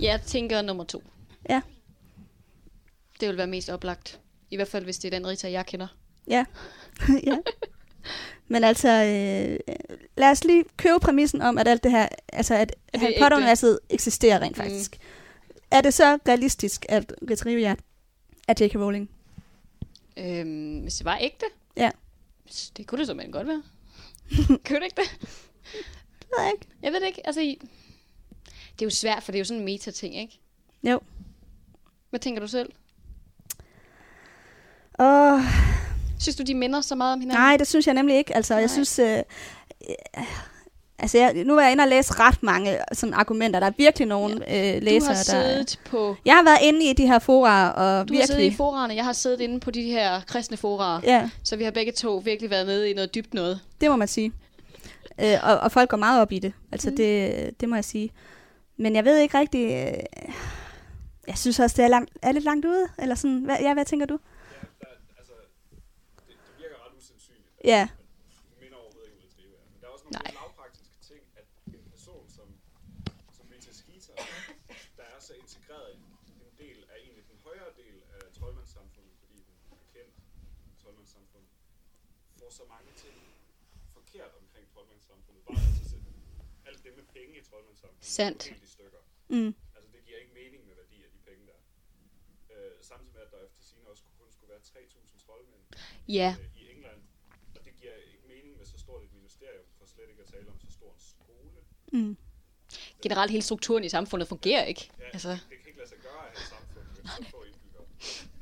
B: Jeg tænker nummer to.
A: Ja.
B: Det vil være mest oplagt. I hvert fald, hvis det er den Rita, jeg kender.
A: Ja. ja. Men altså, øh, lad os lige købe præmissen om, at alt det her, altså at
B: det
A: Harry
B: ægte?
A: Potter-universet eksisterer rent
B: Mm.
A: faktisk. Mm. Er det så realistisk, at Rita Rivian er J.K. Rowling?
B: Øhm, hvis det var ægte?
A: Ja.
B: S- Det kunne det simpelthen godt være. kunne det ikke det?
A: Det ved jeg ikke.
B: Jeg ved det ikke. Altså, I- det er jo svært, for det er jo sådan en meta-ting, ikke?
A: Jo.
B: Hvad tænker du selv?
A: Og,
B: Synes du, de minder så meget om hinanden?
A: nej, det synes jeg nemlig ikke. Altså, nej.
B: Nej.
A: jeg synes... Øh, øh, altså, jeg, nu er jeg inde og læse ret mange øh, sådan, argumenter. Der er virkelig nogle ja. øh,
B: du
A: læsere,
B: har
A: der...
B: siddet på...
A: Jeg har været inde i de her forer, og
B: Du har siddet
A: virkelig...
B: i forerne, jeg har siddet inde på de her kristne forer. Ja.
A: ja.
B: Så vi har begge to virkelig været nede i noget dybt noget.
A: Det må man sige. Øh, og, og folk går meget op i det. Altså, mm. det, det må jeg sige. Men jeg ved ikke rigtig... Øh, jeg synes også, det er, langt, er lidt langt ude. Eller sådan, hvad, ja, hvad tænker du?
D: der, altså, det, det virker ret usandsynligt.
A: Ja,
D: Du minder overhovedet ikke, hvad det er. Men der er også nogle
B: Nej.
D: lidt lavpraktiske ting, at en person som, som Rita Skeeter, der er så integreret en en del af egentlig den højere del af troldmandssamfundet, fordi hun er kendt i troldmandssamfundet, får så mange ting forkert omkring troldmandssamfundet, bare af sig altså selv. alt det med penge i troldmandssamfundet
B: Sandt.
D: er helt i stykker.
A: Mm.
D: Altså, det giver ikke mening med værdi af de penge der. Øh, samtidig med, at der efter sine også kun skulle være 3.000 troldmænd
B: Ja,
D: øh, i England. Og det giver ikke mening med så stort et ministerium, for slet ikke at tale om så stor en skole.
A: Mm.
B: generelt hele strukturen i samfundet fungerer ikke.
D: Ja,
B: Altså,
D: det kan ikke lade sig gøre at have et samfund med så få indbyggere.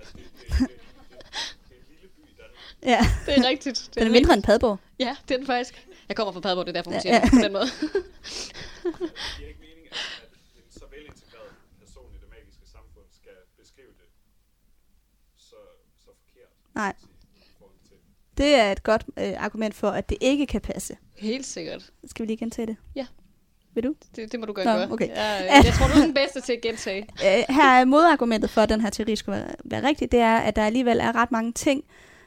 D: Altså, det, det, det, det, det, det er en lille by i Danmark.
A: Ja,
B: det er rigtigt.
A: den er mindre end Padborg.
B: Ja, det er den faktisk. Jeg kommer fra Padborg, det er derfor, hun
A: Ja,
B: siger
A: ja.
B: det på den måde.
D: Det giver ikke mening, at, at en så velintegreret person i det magiske samfund skal beskrive det så, så forkert.
A: Nej.
D: kan man sige, i forhold til-
A: Det er et godt øh, argument for, at det ikke kan passe.
B: Helt sikkert.
A: Skal vi lige gentage det?
B: Ja.
A: Vil du?
B: Det, det må du gøre.
A: Nå,
B: gøre.
A: okay.
B: Jeg, jeg tror, du er den bedste til at gentage.
A: Øh, her er modargumentet for, at den her teori skulle være, være rigtig, det er, at der alligevel er ret mange ting,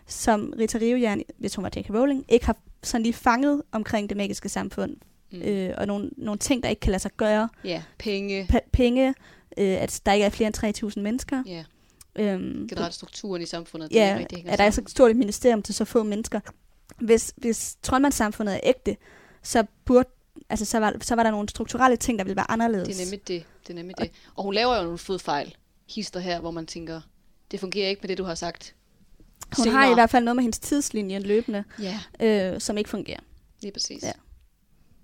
A: som Rita Rivejern, hvis hun var J.K. Rowling, ikke har sådan lige fanget omkring det magiske samfund.
B: Mm.
A: Mm. Øh, og nogle, nogle ting, der ikke kan lade sig gøre.
B: Ja, penge,
A: P- penge, øh, at der ikke er flere end 3.000 mennesker.
B: ja,
A: Øhm,
B: generelt strukturen i samfundet. det er
A: ja,
B: ikke rigtig hænger
A: at der er så
B: sammen.
A: stort et ministerium til så få mennesker. Hvis, hvis troldmandssamfundet er ægte, så burde altså, så var, så var der nogle strukturelle ting, der ville være anderledes.
B: Det er nemlig det. Det er nemlig det. Og hun laver jo nogle fodfejl, hister her, hvor man tænker, det fungerer ikke med det, du har sagt.
A: Hun
B: Senere.
A: har i hvert fald noget med hendes tidslinje løbende,
B: Ja,
A: øh, som ikke fungerer.
B: lige præcis.
A: Ja.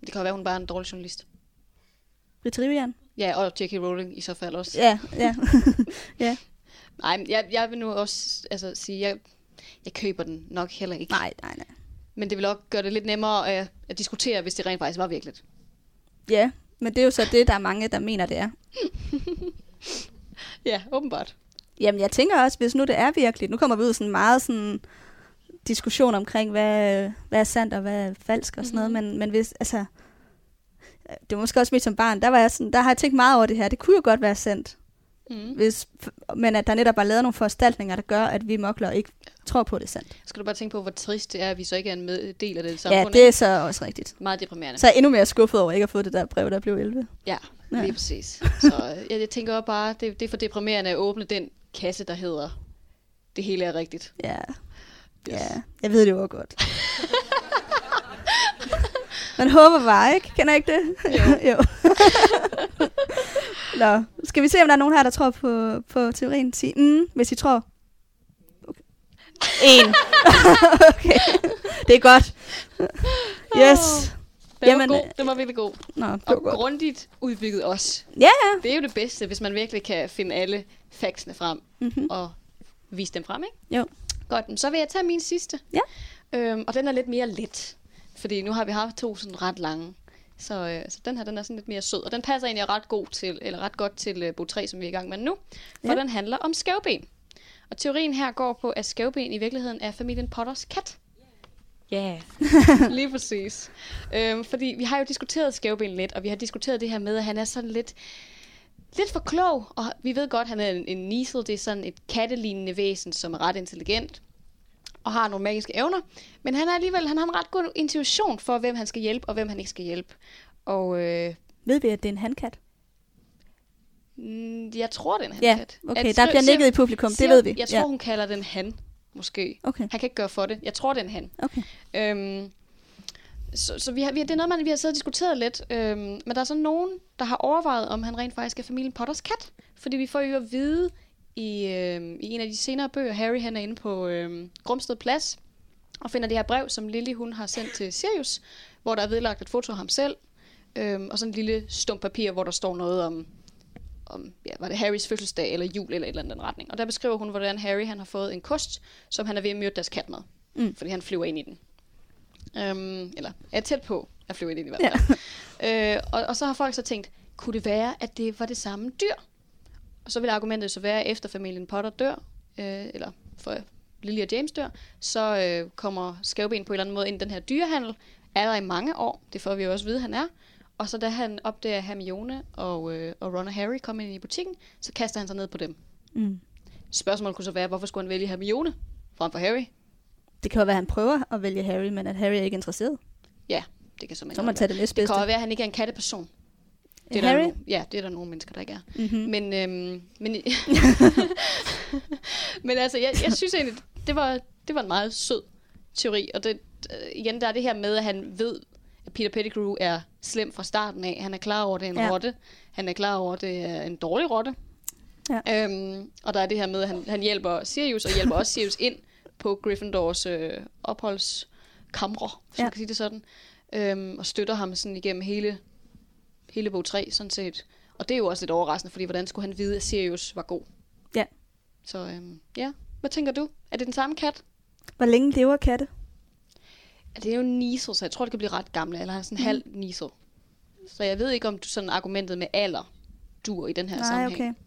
B: Det kan jo være, hun bare er en dårlig journalist.
A: Rita Rivian?
B: Ja, og J.K. Rowling i så fald også.
A: Ja, ja.
B: Nej, men jeg, jeg vil nu også altså, sige, jeg, jeg køber den nok heller ikke.
A: nej, nej, nej.
B: Men det vil også gøre det lidt nemmere at, at diskutere, hvis det rent faktisk var virkeligt.
A: Ja, men det er jo så det, der er mange, der mener, det er.
B: Ja, åbenbart.
A: Jamen, jeg tænker også, hvis nu det er virkeligt, nu kommer vi ud i sådan meget sådan diskussion omkring, hvad, hvad er sandt og hvad er falsk og sådan noget, men, men hvis, altså, det var måske også mit som barn, der, var jeg sådan, der har jeg tænkt meget over det her, det kunne jo godt være sandt,
B: Mm.
A: hvis, men at der netop er lavet nogle foranstaltninger, der gør, at vi mokler ikke tror på, det er sandt.
B: Skal du bare tænke på, hvor trist det er, at vi så ikke er en med, del af det
A: Ja,
B: samfund.
A: det er så også rigtigt.
B: ikke? Meget deprimerende.
A: Så er jeg endnu mere skuffet over ikke at få det der brev, der blev 11.
B: Ja,
A: Ja.
B: lige præcis. Så øh, jeg, jeg tænker også bare, det, det er for deprimerende at åbne den kasse, der hedder, det hele er rigtigt.
A: Ja. Ja, jeg ved det jo også godt. Man håber bare, ikke? Kender ikke det? Jo. jo. Nå, skal vi se, om der er nogen her, der tror på, på teorien? Sig, mm, hvis I tror. Okay. En. okay, det er godt. Yes.
B: Den
A: Jamen,
B: var god, den var virkelig god.
A: Nå, det
B: Og
A: var godt.
B: grundigt udbygget også.
A: Ja, ja.
B: Det er jo det bedste, hvis man virkelig kan finde alle factsene frem
A: Mhm.
B: og vise dem frem, ikke?
A: Jo.
B: Godt, men så vil jeg tage min sidste.
A: Ja.
B: Øhm, og den er lidt mere let, fordi nu har vi haft to sådan ret lange. Så, øh, så den her, den er sådan lidt mere sød, og den passer egentlig ret, god til, eller ret godt til øh, bog 3, som vi er i gang med nu, for
A: Ja.
B: den handler om skævben. Og teorien her går på, at skævben i virkeligheden er familien Potters kat. Ja, yeah. lige præcis. Øhm, fordi vi har jo diskuteret skævben lidt, og vi har diskuteret det her med, at han er sådan lidt lidt for klog, og vi ved godt, at han er en, en nisel. Det er sådan et kattelignende væsen, som er ret intelligent og har nogle magiske evner. Men han er alligevel, han har en ret god intuition for, hvem han skal hjælpe, og hvem han ikke skal hjælpe. Og øh,
A: Ved vi, at det er en handkat?
B: mm, jeg tror, den er en
A: Ja,
B: kat. Er
A: okay.
B: det-
A: Der
B: skriv-
A: bliver
B: siger-
A: nikket i publikum, det
B: siger-
A: ved vi.
B: Jeg tror,
A: Ja.
B: hun kalder den han, måske.
A: Okay,
B: Han kan ikke gøre for det. Jeg tror, det er en han.
A: okay.
B: Øhm, så så vi har, vi har, det er noget, man, vi har siddet og diskuteret lidt. Øhm, men der er så nogen, der har overvejet, om han rent faktisk er familien Potters kat. Fordi vi får jo at vide i, øhm, i en af de senere bøger, Harry han er inde på øhm, Grumsted Plads og finder det her brev, som Lily hun har sendt til Sirius, hvor der er vedlagt et foto af ham selv. Øhm, og sådan en lille stump papir, hvor der står noget om, om ja, var det Harrys fødselsdag eller jul eller et eller andet i den retning. Og der beskriver hun, hvordan Harry han har fået en kost, som han er ved at myrde deres kat med.
A: Mm.
B: Fordi han flyver ind i den. Øhm, eller er tæt på at flyve ind i den i
A: Ja.
B: hvert fald. Ja. Øh, og, og så har folk så tænkt, kunne det være, at det var det samme dyr? Og så vil argumentet så være, at efter familien Potter dør, øh, eller for Lily og James dør, så øh, kommer skævben på en eller anden måde ind i den her dyrehandel. Er der i mange år, det får vi jo også at vide, han er. Og så da han opdager at Hermione og, øh, og Ron og Harry kommer ind i butikken, så kaster han sig ned på dem.
A: Mm.
B: Spørgsmålet kunne så være, hvorfor skulle han vælge Hermione frem for Harry?
A: Det kan jo være, at han prøver at vælge Harry, men at Harry er ikke interesseret.
B: Ja, det kan så
A: Så må man tage det
B: Det
A: næstbedste.
B: kan også være, at han ikke er en katteperson. Det er Der
A: Harry?
B: nogle, ja, det er der nogle mennesker, der ikke er.
A: Mm-hmm.
B: Men, øhm, men, men altså, jeg, jeg synes egentlig, det var, det var en meget sød teori. Og det, øh, igen, der er det her med, at han ved, at Peter Pettigrew er slem fra starten af. Han er klar over, at det er en
A: Ja.
B: ja. rotte. Han er klar over, at det er en dårlig rotte. Ja. Øhm, og der er det her med, at han, han hjælper Sirius, og hjælper også Sirius ind på Gryffindors øh, opholdskamre, hvis ja.
A: Ja.
B: man kan sige det sådan. Øhm, og støtter ham sådan igennem hele, hele bog 3, sådan set. Og det er jo også lidt overraskende, fordi hvordan skulle han vide, at Sirius var god?
A: Ja.
B: Så øhm, ja, hvad tænker du? Er det den samme kat?
A: Hvor længe lever katte?
B: Ja, Det er jo en nisel, så jeg tror, det kan blive ret gamle, eller han er sådan en
A: Mm.
B: halv nisel. Så jeg ved ikke, om du sådan argumentet med alder dur i den her
A: Nej,
B: sammenhæng.
A: okay.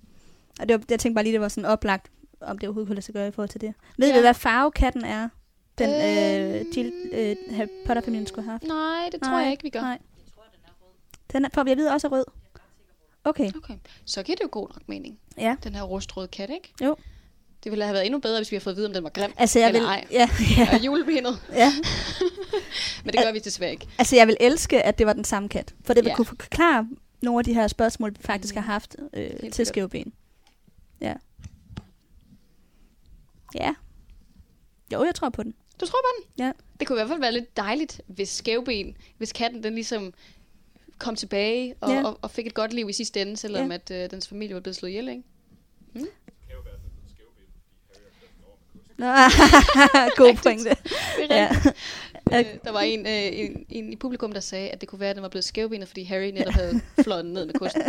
A: Og det var, jeg tænkte bare lige, det var sådan oplagt, om det overhovedet kunne lade sig gøre i forhold til det. Ved ja.
B: Ja.
A: du, hvad farve katten er? Den øh,
B: Øhm.
A: Jill, øh, Harry Potter-familien skulle have haft.
B: Nej, det tror jeg ikke, vi gør.
A: Nej. Den er, for jeg ved også er rød. Okay,
B: Okay, så giver det jo god nok mening.
A: ja.
B: Den her rustrøde kat, ikke?
A: Jo.
B: Det ville have været endnu bedre, hvis vi havde fået at vide, om den var grim.
A: Altså, jeg
B: Eller
A: vil,
B: ej.
A: ja, ja,
B: Og julebenet.
A: ja.
B: Men det gør vi desværre ikke.
A: Altså, jeg vil elske, at det var den samme kat. For det vil
B: Ja. Mm.
A: kunne forklare nogle af de her spørgsmål, vi faktisk har haft øh, til
B: sikkert.
A: skæve ben. Ja. Ja. Jo, jeg tror på den.
B: Du tror på den?
A: Ja.
B: Det kunne i hvert fald være lidt dejligt, hvis skævben, hvis katten den ligesom kom tilbage og,
A: Ja.
B: ja. og, og fik et godt liv i sidste ende, selvom
A: Ja.
B: ja. at øh, dens familie var blevet slået ihjel, ikke?
D: kan jo være, at den skæve ben, fordi Harry har kørt den over med kost.
A: Nå, god
B: Rigtigt.
A: pointe.
B: Det
A: Ja.
B: Øh, der var en, øh, en, en i publikum, der sagde, at det kunne være, at den var blevet skævbenet, fordi Harry netop havde flået den ned med kosten.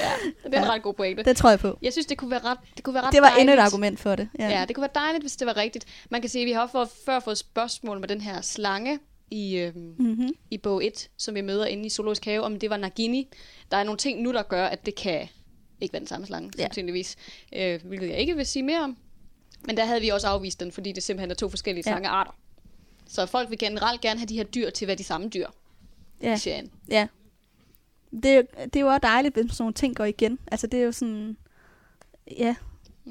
B: Ja, det er en ret god pointe.
A: Det tror jeg på.
B: Jeg synes, det kunne være ret Det, kunne være ret
A: Det var endnu
B: dejligt.
A: et argument for det. Ja.
B: Ja, det kunne være dejligt, hvis det var rigtigt. Man kan sige, at vi har også fået, før fået spørgsmål med den her slange i, øhm,
A: Mm-hmm.
B: i bog 1, som vi møder inde i Zoologisk Have, om det var Nagini. Der er nogle ting nu, der gør, at det kan ikke være den samme slange,
A: Ja.
B: ja. sandsynligvis. Øh, hvilket jeg ikke vil sige mere om. Men der havde vi også afvist den, fordi det simpelthen er to forskellige
A: Ja.
B: ja. slangearter. Så folk vil generelt gerne have de her dyr til at være de samme dyr ja.
A: Ja.
B: i serien.
A: ja. Det, det er jo også dejligt, hvis sådan nogle ting går igen. Altså, det er jo sådan... Ja,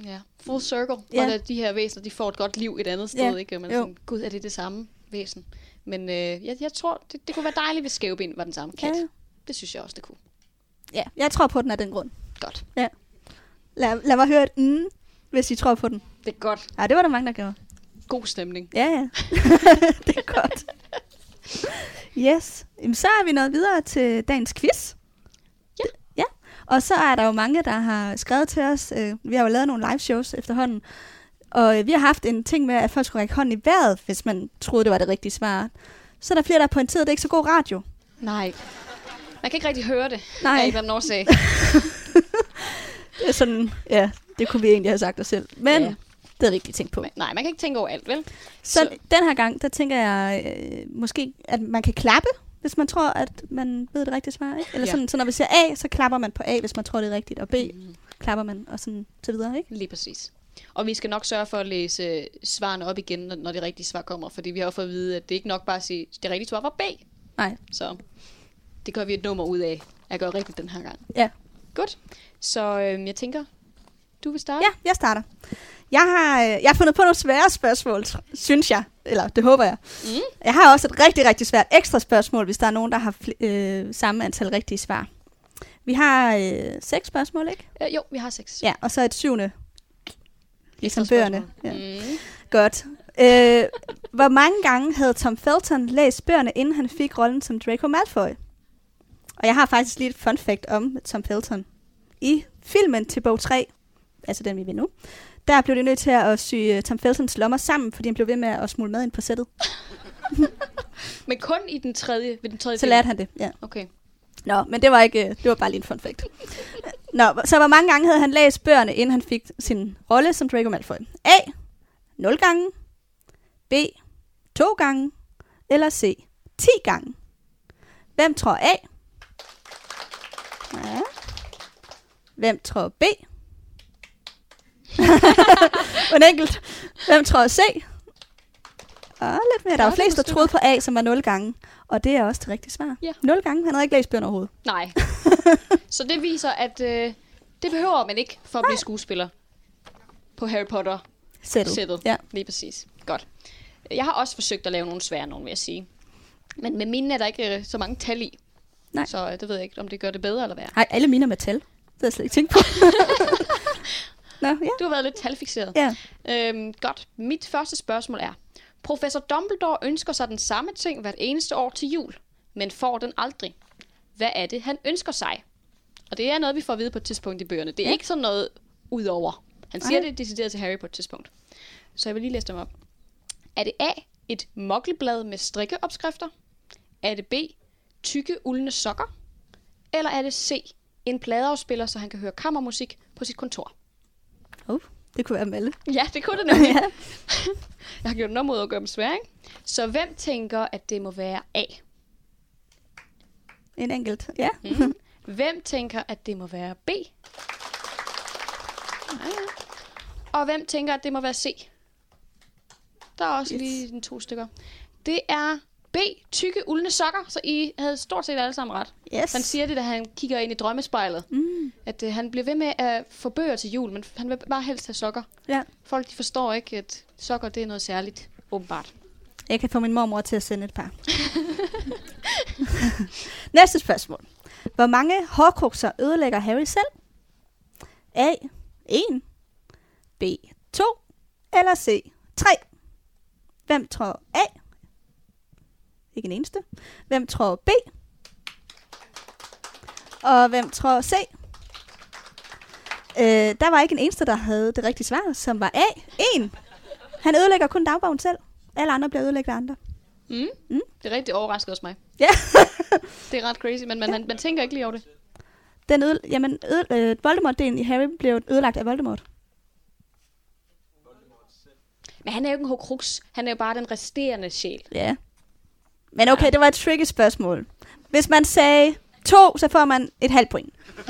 B: Ja. Full circle,
A: Ja.
B: ja. hvor der- de her væsener de får et godt liv et andet sted.
A: Ja.
B: Ja. Ikke? Og Man er
A: Jo.
B: sådan, gud, er det det samme væsen? Men øh, jeg, jeg tror, det, det kunne være dejligt, hvis skæveben var den samme kat.
A: Ja.
B: Ja. Det synes jeg også, det kunne.
A: ja. Jeg tror på den af den grund.
B: Godt.
A: Lad, lad mig høre et mm, hvis I tror på den.
B: Det er godt.
A: Ja, det var der mange, der gjorde.
B: God stemning.
A: Ja, ja. det er godt. Yes. Jamen, så er vi nået videre til dagens quiz.
B: Ja.
A: Ja. Og så er der jo mange, der har skrevet til os. Øh, Vi har jo lavet nogle live shows efterhånden. Og øh, vi har haft en ting med, at folk skulle række hånden i vejret, hvis man troede, det var det rigtige svar. Så er der flere, der har pointeret, at det er ikke er så god radio.
B: Nej. Man kan ikke rigtig høre det.
A: Nej.
B: Af en eller anden årsag.
A: Det er sådan, ja, det kunne vi egentlig have sagt os selv. Men
B: Ja.
A: det er rigtigt tænkt på.
B: Men- Nej, man kan ikke tænke over alt, vel?
A: Så,
B: Så-
A: den her gang, der tænker jeg øh, måske, at man kan klappe, hvis man tror, at man ved det rigtige svar. Ikke? Eller
B: Ja.
A: sådan, så når vi siger A, så klapper man på A, hvis man tror, det er rigtigt. Og B, mm. klapper man, og sådan så videre. Ikke?
B: Lige præcis. Og vi skal nok sørge for at læse øh, svarene op igen, når, når det rigtige svar kommer. Fordi vi har jo fået at vide, at det ikke nok bare at sige, at det rigtige svar var B.
A: Nej.
B: Så det gør vi et nummer ud af at gøre rigtigt den her gang.
A: Ja.
B: Godt. Så øhm, jeg tænker, du vil starte?
A: ja, jeg starter. Jeg har, øh, jeg har fundet på nogle svære spørgsmål, tr- synes jeg. Eller det håber jeg.
B: Mm.
A: Jeg har også et rigtig, rigtig svært ekstra spørgsmål, hvis der er nogen, der har fl- øh, samme antal rigtige svar. Vi har øh, seks spørgsmål, ikke?
B: Øh, jo, vi har seks.
A: Ja, og så et syvende. Ligesom
B: Ekstra
A: bøgerne.
B: spørgsmål.
A: Ja.
B: Mm.
A: Godt. Øh, hvor mange gange havde Tom Felton læst bøgerne, inden han fik rollen som Draco Malfoy? Og jeg har faktisk lige et fun fact om Tom Felton. I filmen til bog 3, altså den vi ved nu, der blev de nødt til at sy øh, Tom Feltons lommer sammen, fordi han blev ved med at smule mad ind på sættet.
B: Men kun i den tredje, ved den tredje
A: Så
B: film?
A: lærte han det, ja.
B: Okay.
A: Nå, men det var ikke, øh, det var bare lige en fun fact. Nå, så hvor mange gange havde han læst bøgerne, inden han fik sin rolle som Draco Malfoy? A. 0 gange. B. 2 gange. Eller C. 10 gange. Hvem tror A? Ja. Hvem tror B? en enkelt. Hvem tror C? Og lidt mere. Der var
B: Flotte
A: flest, der
B: stykker.
A: troede på A, som var 0 gange. Og det er også det rigtige svar.
B: Ja.
A: 0 gange. Han havde ikke læst bøgerne overhovedet.
B: Nej. så det viser, at øh, det behøver man ikke for at blive skuespiller på Harry Potter-sættet.
A: Sættet. Ja.
B: Ja. Lige præcis. Godt. Jeg har også forsøgt at lave nogle svære nogen, vil jeg sige. Men med mine er der ikke øh, så mange tal i.
A: Nej.
B: Så øh, det ved jeg ikke, om det gør det bedre eller værre.
A: Ej, alle mine er med tal. Det har jeg slet ikke tænkt på. Nå, ja.
B: Du har været lidt talfixeret.
A: ja.
B: Øhm, godt. Mit første spørgsmål er, Professor Dumbledore ønsker sig den samme ting hvert eneste år til jul. men får den aldrig. Hvad er det, han ønsker sig? Og det er noget, vi får at vide på et tidspunkt i bøgerne. Det er ja. ikke sådan noget udover. Han siger
A: Ej.
B: det decideret til Harry på et tidspunkt. Så jeg vil lige læse dem op. Er det A. Et mokleblad med strikkeopskrifter? Er det B. Tykke, uldne sokker? Eller er det C. En pladeafspiller, så han kan høre kammermusik på sit kontor?
A: Oh, det kunne være Malle.
B: Ja, det kunne det nemlig. jeg har gjort noget mod at gøre dem svære, ikke? Så hvem tænker, at det må være A?
A: En enkelt. Ja.
B: Mm. Hvem tænker, at det må være B? Ja, ja. Og hvem tænker, at det må være C? Der er også
A: Yes.
B: yes. lige en to stykker. Det er B. Tykke, uldne sokker. Så I havde stort set alle sammen ret.
A: Yes.
B: Han siger det, da han kigger ind i drømmespejlet.
A: Mm.
B: At øh, han bliver ved med at få bøger til jul, men han vil bare helst have sokker.
A: Ja.
B: Folk de forstår ikke, at sokker det er noget særligt, åbenbart.
A: Jeg kan få min mormor til at sende et par. Næste spørgsmål. Hvor mange hårkrukser ødelægger Harry selv? A. 1. B. 2. Eller C. 3. Hvem tror A? Ikke en eneste. Hvem tror B? Og hvem tror C? Øh, der var ikke en eneste, der havde det rigtige svar, som var A. 1. Han ødelægger kun dagbogen selv. Alle andre bliver ødelagt af andre.
B: Mm.
A: Mm.
B: Mm. Det er rigtig overrasket også mig.
A: Ja.
B: Det er ret crazy, men man, man, man tænker ikke lige over det.
A: Den øde, jamen, øde, øh, Voldemort-delen i Harry blev ødelagt af Voldemort.
B: Men han er jo ikke en hokrux. Han er jo bare den resterende sjæl.
A: Ja. Men okay, det var et tricky spørgsmål. Hvis man sagde to, så får man et halvt point.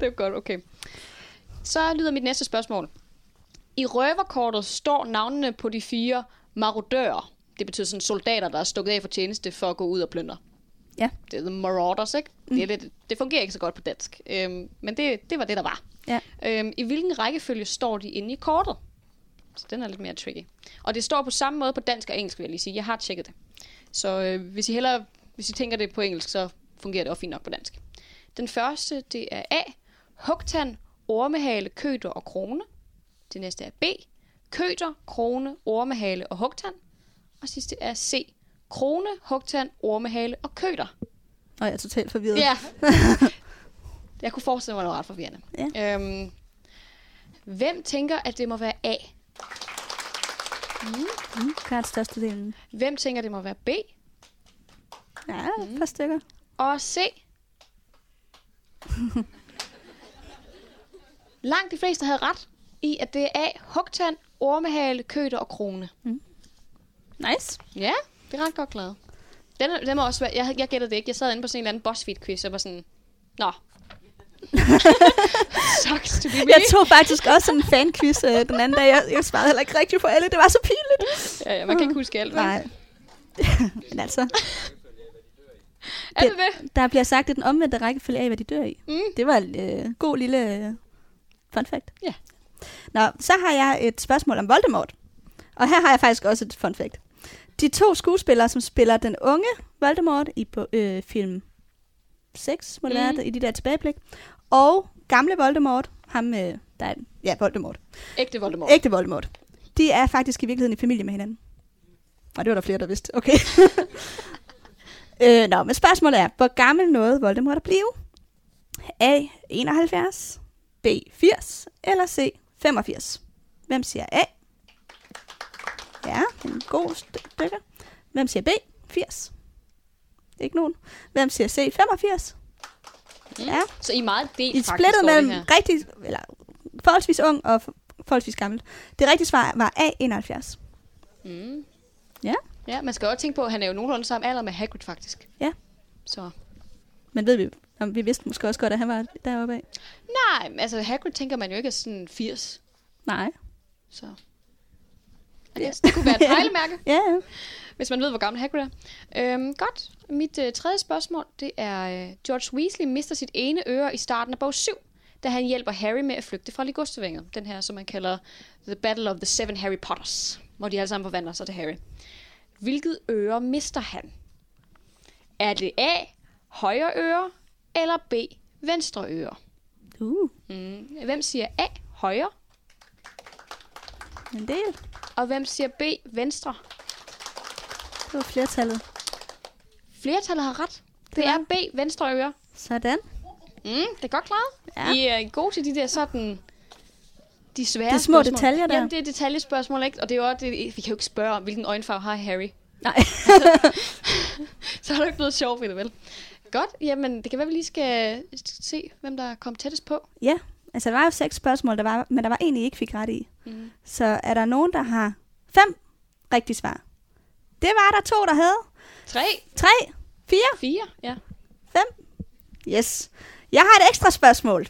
B: Det er godt, okay. Så lyder mit næste spørgsmål. I røverkortet står navnene på de fire marodører. Det betyder sådan soldater, der er stukket af for tjeneste for at gå ud og plyndre.
A: Ja. Mm.
B: Det er the marauders, ikke? Det, er lidt, det fungerer ikke så godt på dansk. Øhm, men det, det var det, der var.
A: Ja.
B: Øhm, I hvilken rækkefølge står de inde i kortet? Så den er lidt mere tricky. Og det står på samme måde på dansk og engelsk, vil jeg lige sige. Jeg har tjekket det. Så øh, hvis I hellere, hvis I tænker det på engelsk, så fungerer det også fint nok på dansk. Den første, det er A. Hugtan, ormehale, køter og krone. Det næste er B. Køter, krone, ormehale og hugtan. Og sidste er C. Krone, hugtan, ormehale og køter.
A: Og jeg er totalt forvirret.
B: Ja. Jeg kunne forestille mig, at det var ret forvirrende. Ja. Øhm, hvem tænker, at det må være A?
A: Mm, klart størstedelen.
B: Hvem tænker, at det må være B?
A: Ja, et par stykker.
B: Og C? Langt de fleste havde ret i, at det er A. Hugtand, ormehale, køter og krone.
A: Nice.
B: Ja, det er ret godt klaret. Den, er- den må også være, jeg, havde- jeg gættede det ikke. Jeg sad inde på sådan en eller anden BuzzFeed-quiz og var sådan... Nå. Sucks to be me.
A: Jeg tog faktisk også en fanquiz øh, den anden dag. Jeg, jeg svarede heller ikke rigtigt på alle. Det var så pinligt.
B: Ja, ja, man kan ikke huske alt. vel?
A: Nej. Men altså,
B: Er det det?
A: der bliver sagt, at den omvendte rækkefølge af, hvad de dør i.
B: Mm.
A: Det var en øh, god lille øh, fun fact.
B: Ja.
A: Nå, så har jeg et spørgsmål om Voldemort. Og her har jeg faktisk også et fun fact. De to skuespillere, som spiller den unge Voldemort i bo- øh, film 6, må det mm.
B: Mhm.
A: være, i de der tilbageblik, og gamle Voldemort, ham, øh, der er, ja, Voldemort,
B: Ægte Voldemort.
A: ægte Voldemort, de er faktisk i virkeligheden i familie med hinanden. Og det var der flere, der vidste. Okay. øh, nå, men spørgsmålet er, hvor gammel nåede Voldemort at blive? A. 71, B. 80 eller C. 85? Hvem siger A? Ja, en god st- stykke. Hvem siger B? 80. Ikke nogen. Hvem siger C? 85?
B: Mm.
A: Ja.
B: Så I er meget delt
A: I er
B: faktisk
A: splittet
B: over
A: mellem
B: det her.
A: rigtig, eller forholdsvis ung og for- forholdsvis gammel. Det rigtige svar var A. 71.
B: Mm.
A: Ja.
B: Ja, man skal også tænke på, at han er jo nogenlunde samme alder med Hagrid faktisk.
A: Ja.
B: Så
A: Men ved vi, om vi vidste måske også godt, at han var deroppe af.
B: nej, men altså Hagrid tænker man jo ikke er sådan 80.
A: Nej.
B: Så I guess, det kunne være et pejlemærke,
A: Ja, ja.
B: hvis man ved, hvor gammel Hagrid er. Øhm, godt. Mit øh, tredje spørgsmål, det er, øh, George Weasley mister sit ene øre i starten af bog 7, da han hjælper Harry med at flygte fra Ligustervænget. Den her, som man kalder The Battle of the Seven Harry Potters, hvor de alle sammen forvandler sig til Harry. Hvilket øre mister han? Er det A, højre øre, eller B, venstre øre?
A: Uh,
B: Mm. Hvem siger A, højre,
A: en del.
B: og hvem siger B, venstre?
A: Det var flertallet.
B: Flertallet har ret. Det,
A: Det
B: det er B, venstre øre.
A: Sådan.
B: Mm, det er godt klaret.
A: Ja.
B: Ja. I er gode til de der sådan... De svære
A: De små
B: spørgsmål.
A: detaljer der.
B: Jamen, det er detaljespørgsmål, ikke? Og det er jo også, det, vi kan jo ikke spørge om, hvilken øjenfarve har Harry.
A: Nej.
B: Så er der jo ikke noget sjovt ved det, vel? Godt, jamen det kan være, vi lige skal se, hvem der kom tættest på.
A: ja, altså der var jo seks spørgsmål, der var, men der var en, I ikke fik ret i.
B: Mm.
A: Så er der nogen, der har fem rigtige svar? Det var der to, der havde.
B: Tre,
A: Tre, fire,
B: fire, ja.
A: Yes. Jeg har et ekstra spørgsmål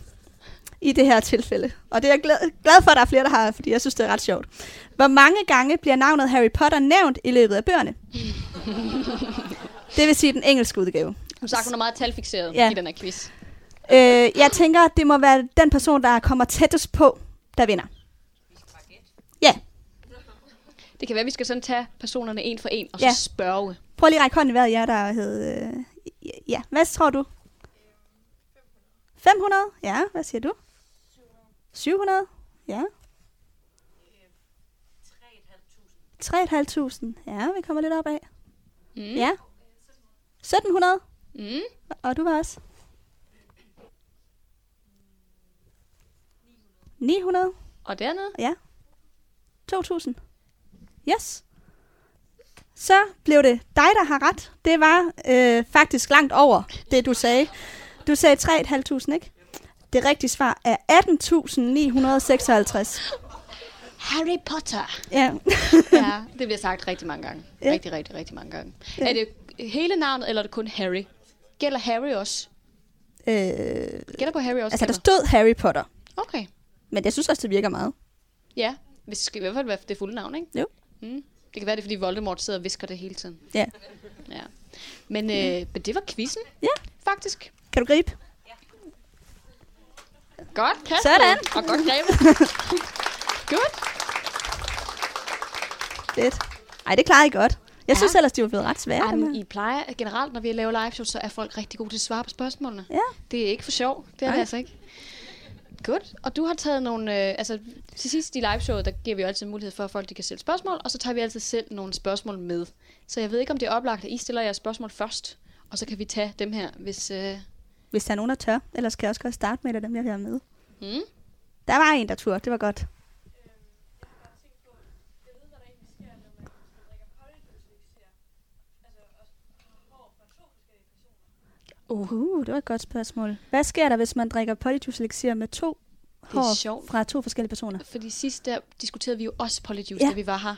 A: i det her tilfælde. Og det er jeg glad, glad for, at der er flere, der har, fordi jeg synes, det er ret sjovt. Hvor mange gange bliver navnet Harry Potter nævnt i løbet af bøgerne? det vil sige den engelske udgave.
B: Som sagt, hun er meget talfixeret
A: Ja.
B: ja. i den her quiz.
A: Øh, jeg tænker, det må være den person, der kommer tættest på, der vinder. Ja,
B: Det kan være, vi skal sådan tage personerne en for en og
A: Ja.
B: så spørge.
A: prøv lige at række hånden i vejret, jer der hed... Øh, ja, hvad tror du? 500? Ja, hvad siger du? 700? Ja. 3.500. Ja, vi kommer lidt op af.
B: Mm.
A: Mm. Ja. 1700.
B: Mm.
A: Og du var også? 900.
B: Og dernede?
A: 2000. Yes. Så blev det dig, der har ret. Det var øh, faktisk langt over det, du sagde. Du sagde 3.500, ikke? Det rigtige svar er 18.956.
B: Harry Potter.
A: Ja.
B: Ja, det bliver sagt rigtig mange gange.
A: Ja.
B: Rigtig, rigtig, rigtig mange gange.
A: Ja.
B: Er det hele navnet, eller er det kun Harry? Gælder Harry også?
A: øh,
B: Gælder på Harry også?
A: altså, der
B: Gælder?
A: stod Harry Potter.
B: Okay.
A: Men jeg synes også, det virker meget.
B: Ja, hvis det skal i hvert fald være det fulde navn, ikke?
A: Jo.
B: Mm. Det kan være, det er, fordi Voldemort sidder og visker det hele tiden.
A: Ja.
B: ja. Men, øh, men det var quizzen.
A: Ja.
B: Faktisk.
A: Kan du gribe?
B: Godt kastet.
A: Sådan.
B: Og godt grebet. Godt.
A: Lidt. Ej, det klarede I godt. Jeg
B: Ja.
A: synes ellers, de var blevet ret svære. dem
B: Jamen,
A: her.
B: I plejer generelt, når vi laver live shows, så er folk rigtig gode til at svare på spørgsmålene.
A: Ja.
B: Det er ikke for sjov. Det er
A: Nej.
B: det altså ikke. Godt. Og du har taget nogle... Øh, altså, til sidst i liveshowet, der giver vi jo altid mulighed for, at folk de kan stille spørgsmål, og så tager vi altid selv nogle spørgsmål med. Så jeg ved ikke, om det er oplagt, at I stiller jeres spørgsmål først, og så kan vi tage dem her, hvis... Øh...
A: Hvis der er nogen, der tør. Ellers kan jeg også godt starte med et af dem, jeg vil have med.
B: Hmm?
A: Der var en, der turde. Det var godt. Uh, det var et godt spørgsmål. Hvad sker der, hvis man drikker polyjuice elixir med to hår
B: sjovt.
A: fra to forskellige personer?
B: Fordi sidst der diskuterede vi jo også polyjuice,
A: Ja.
B: ja. da vi var her.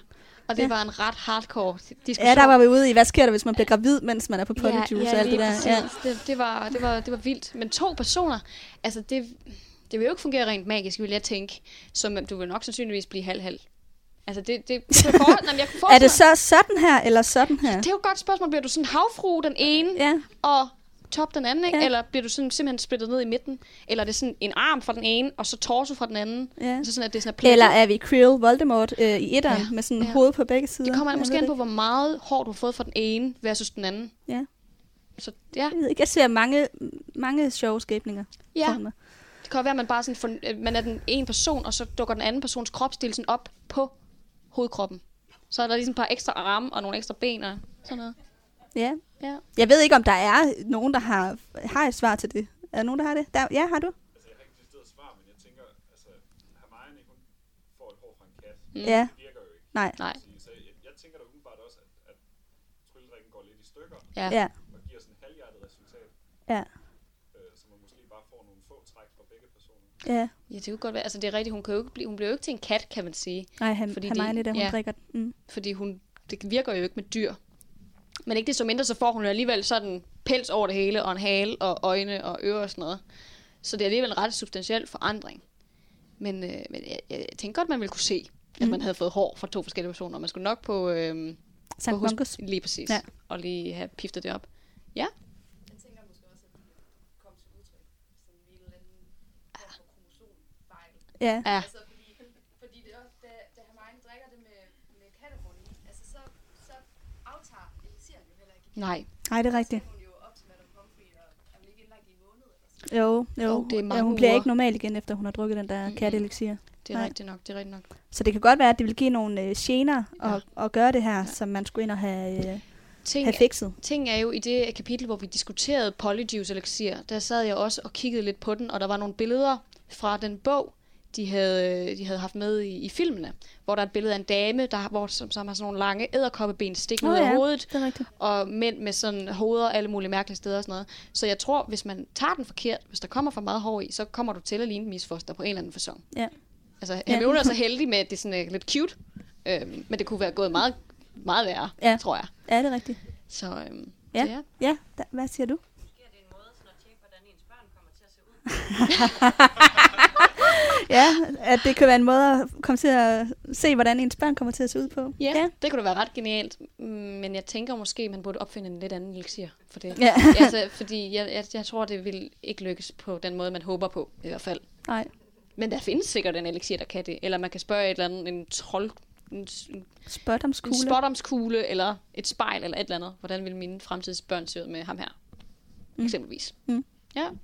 B: Og
A: Ja.
B: det ja. var en ret hardcore diskussion.
A: Ja, der var vi ude i, hvad sker der, hvis man bliver gravid, mens man er på polyjuice
B: ja, ja,
A: og alt det
B: lige
A: der. Ja.
B: præcis. Det, det, var, det, var, det var vildt. Men to personer, altså det, det vil jo ikke fungere rent magisk, vil jeg tænke. Så man- du vil nok sandsynligvis blive halv-halv. Altså det, det, det for, jamen, jeg kunne
A: Er det
B: forestille
A: så sådan her, eller sådan her?
B: mig- det er jo et godt spørgsmål. Bliver du sådan havfru den ene,
A: Ja,
B: og top den anden, ikke?
A: Ja.
B: Ja. Eller bliver du sådan, simpelthen splittet ned i midten? Eller er det sådan en arm fra den ene, og så torso fra den anden?
A: ja.
B: Altså sådan, at det er sådan, at
A: Eller er vi Creel Voldemort øh, i etteren ja,
B: Ja,
A: med sådan ja.
B: ja.
A: hoved på begge sider?
B: Det kommer
A: Jeg
B: måske
A: ved
B: an
A: det
B: på, hvor meget hår du har fået fra den ene versus den anden.
A: Ja.
B: Så ja,
A: ikke. Jeg ved ikke. Jeg ser mange, mange sjove skæbninger.
B: ja.
A: foran mig.
B: Det kan godt være, at man bare sådan for, øh, man er den ene person, og så dukker den anden persons kropsdel sådan op på hovedkroppen. Så er der ligesom et par ekstra arme og nogle ekstra ben og sådan noget.
A: Ja.
B: Ja.
A: Jeg ved ikke, om der er nogen, der har, har et svar til det. Er der nogen, der har det? Der, ja, har du?
D: Altså, jeg har ikke decideret svar, men jeg tænker, altså, Hermione, hun får et hår fra en kat.
B: Mm.
A: Ja.
D: Det virker jo ikke.
A: Nej.
B: Nej.
D: Så jeg- Så jeg, jeg tænker da umiddelbart også, at, at trylledrikken går lidt i stykker
B: Ja.
A: Ja.
D: og giver sådan et halvhjertet resultat.
A: Ja.
D: Øh, så man måske bare får nogle få træk fra begge personer.
A: Ja.
B: ja, det kunne godt være. Altså, det er rigtigt. Hun, kan jo ikke blive, hun bliver jo ikke til en kat, kan man sige.
A: Nej, han,
B: Fordi
A: Hermione,
B: det-
A: der hun
B: ja.
A: drikker den. Mm.
B: Fordi hun, det virker jo ikke med dyr. Men ikke desto mindre, så får hun jo alligevel sådan pels over det hele, og en hale, og øjne, og ører og sådan noget. Så det er alligevel en ret substantiel forandring. Men, øh, men jeg, jeg, tænker godt, man ville kunne se, at
A: Mm.
B: man havde fået hår fra to forskellige personer. Man skulle nok på... Øh,
A: Sankt
B: hos-
A: Munkus.
B: Lige præcis.
A: Ja.
B: Ja. Og lige have piftet det op.
C: Jeg tænker måske også, at det kom til udtryk, sådan en eller anden form for kromosomfejl.
A: Ja.
B: Ja.
C: Altså, fordi, fordi det er også, da, da Hermione drikker det med, med kattemund i, altså så, så aftager elixiren jo heller ikke.
B: Nej.
A: Nej, det er
C: Det
A: rigtigt.
C: er hun jo op til Madame Pomfrey, og er hun ikke indlagt i en måned eller sådan
A: Jo, jo.
B: Jo, det er mange
A: ja, hun bliver
B: uger.
A: ikke normal igen, efter hun har drukket den der mm.
B: Mm-mm.
A: katteleksir.
B: Det er
A: Nej.
B: rigtigt nok. Det er rigtigt nok.
A: Så det kan godt være, at det vil give nogle øh, gener at, at gøre det her,
B: Ja.
A: som man skulle ind og have... Øh,
B: ting,
A: have fikset.
B: ting er jo i det kapitel, hvor vi diskuterede Polyjuice Elixir, der sad jeg også og kiggede lidt på den, og der var nogle billeder fra den bog, de havde, de havde haft med i, i filmene, hvor der er et billede af en dame, der, har- hvor, som, som har sådan nogle lange æderkoppeben stikkende ud af hovedet,
A: det er rigtigt.
B: og mænd med sådan hoveder alle mulige mærkelige steder og sådan noget. Så jeg tror, hvis man tager den forkert, hvis der kommer for meget hår i, så kommer du til at ligne et misfoster på en eller anden fasong.
A: Ja.
B: Altså, Hermione er så heldig med, at det er sådan uh, lidt cute, øhm, men det kunne være gået meget, meget værre,
A: Ja.
B: ja. tror jeg.
A: ja, det er rigtigt.
B: Så øhm,
A: Ja.
B: så ja.
A: Ja, da, hvad siger du?
C: Måske er det en måde sådan at tjekke, hvordan ens børn kommer til at se ud.
A: Ja, at det kan være en måde at komme til at se, hvordan ens børn kommer til at se ud på.
B: Ja,
A: ja.
B: ja, det kunne da være ret genialt, Mm, men jeg tænker måske, at man burde opfinde en lidt anden elixir for det.
A: Ja.
B: altså, fordi jeg, jeg, jeg tror, det vil ikke lykkes på den måde, man håber på, i hvert fald.
A: Nej.
B: Men der findes sikkert en elixir, der kan det. Eller man kan spørge et eller andet, en trold, en, s- en
A: Spot om
B: en
A: skole.
B: spådomskugle, eller et spejl, eller et eller andet. Hvordan vil mine fremtidsbørn se ud med ham her?
A: Mm.
B: Mm. Eksempelvis.
A: Mm.
B: Ja. Alright.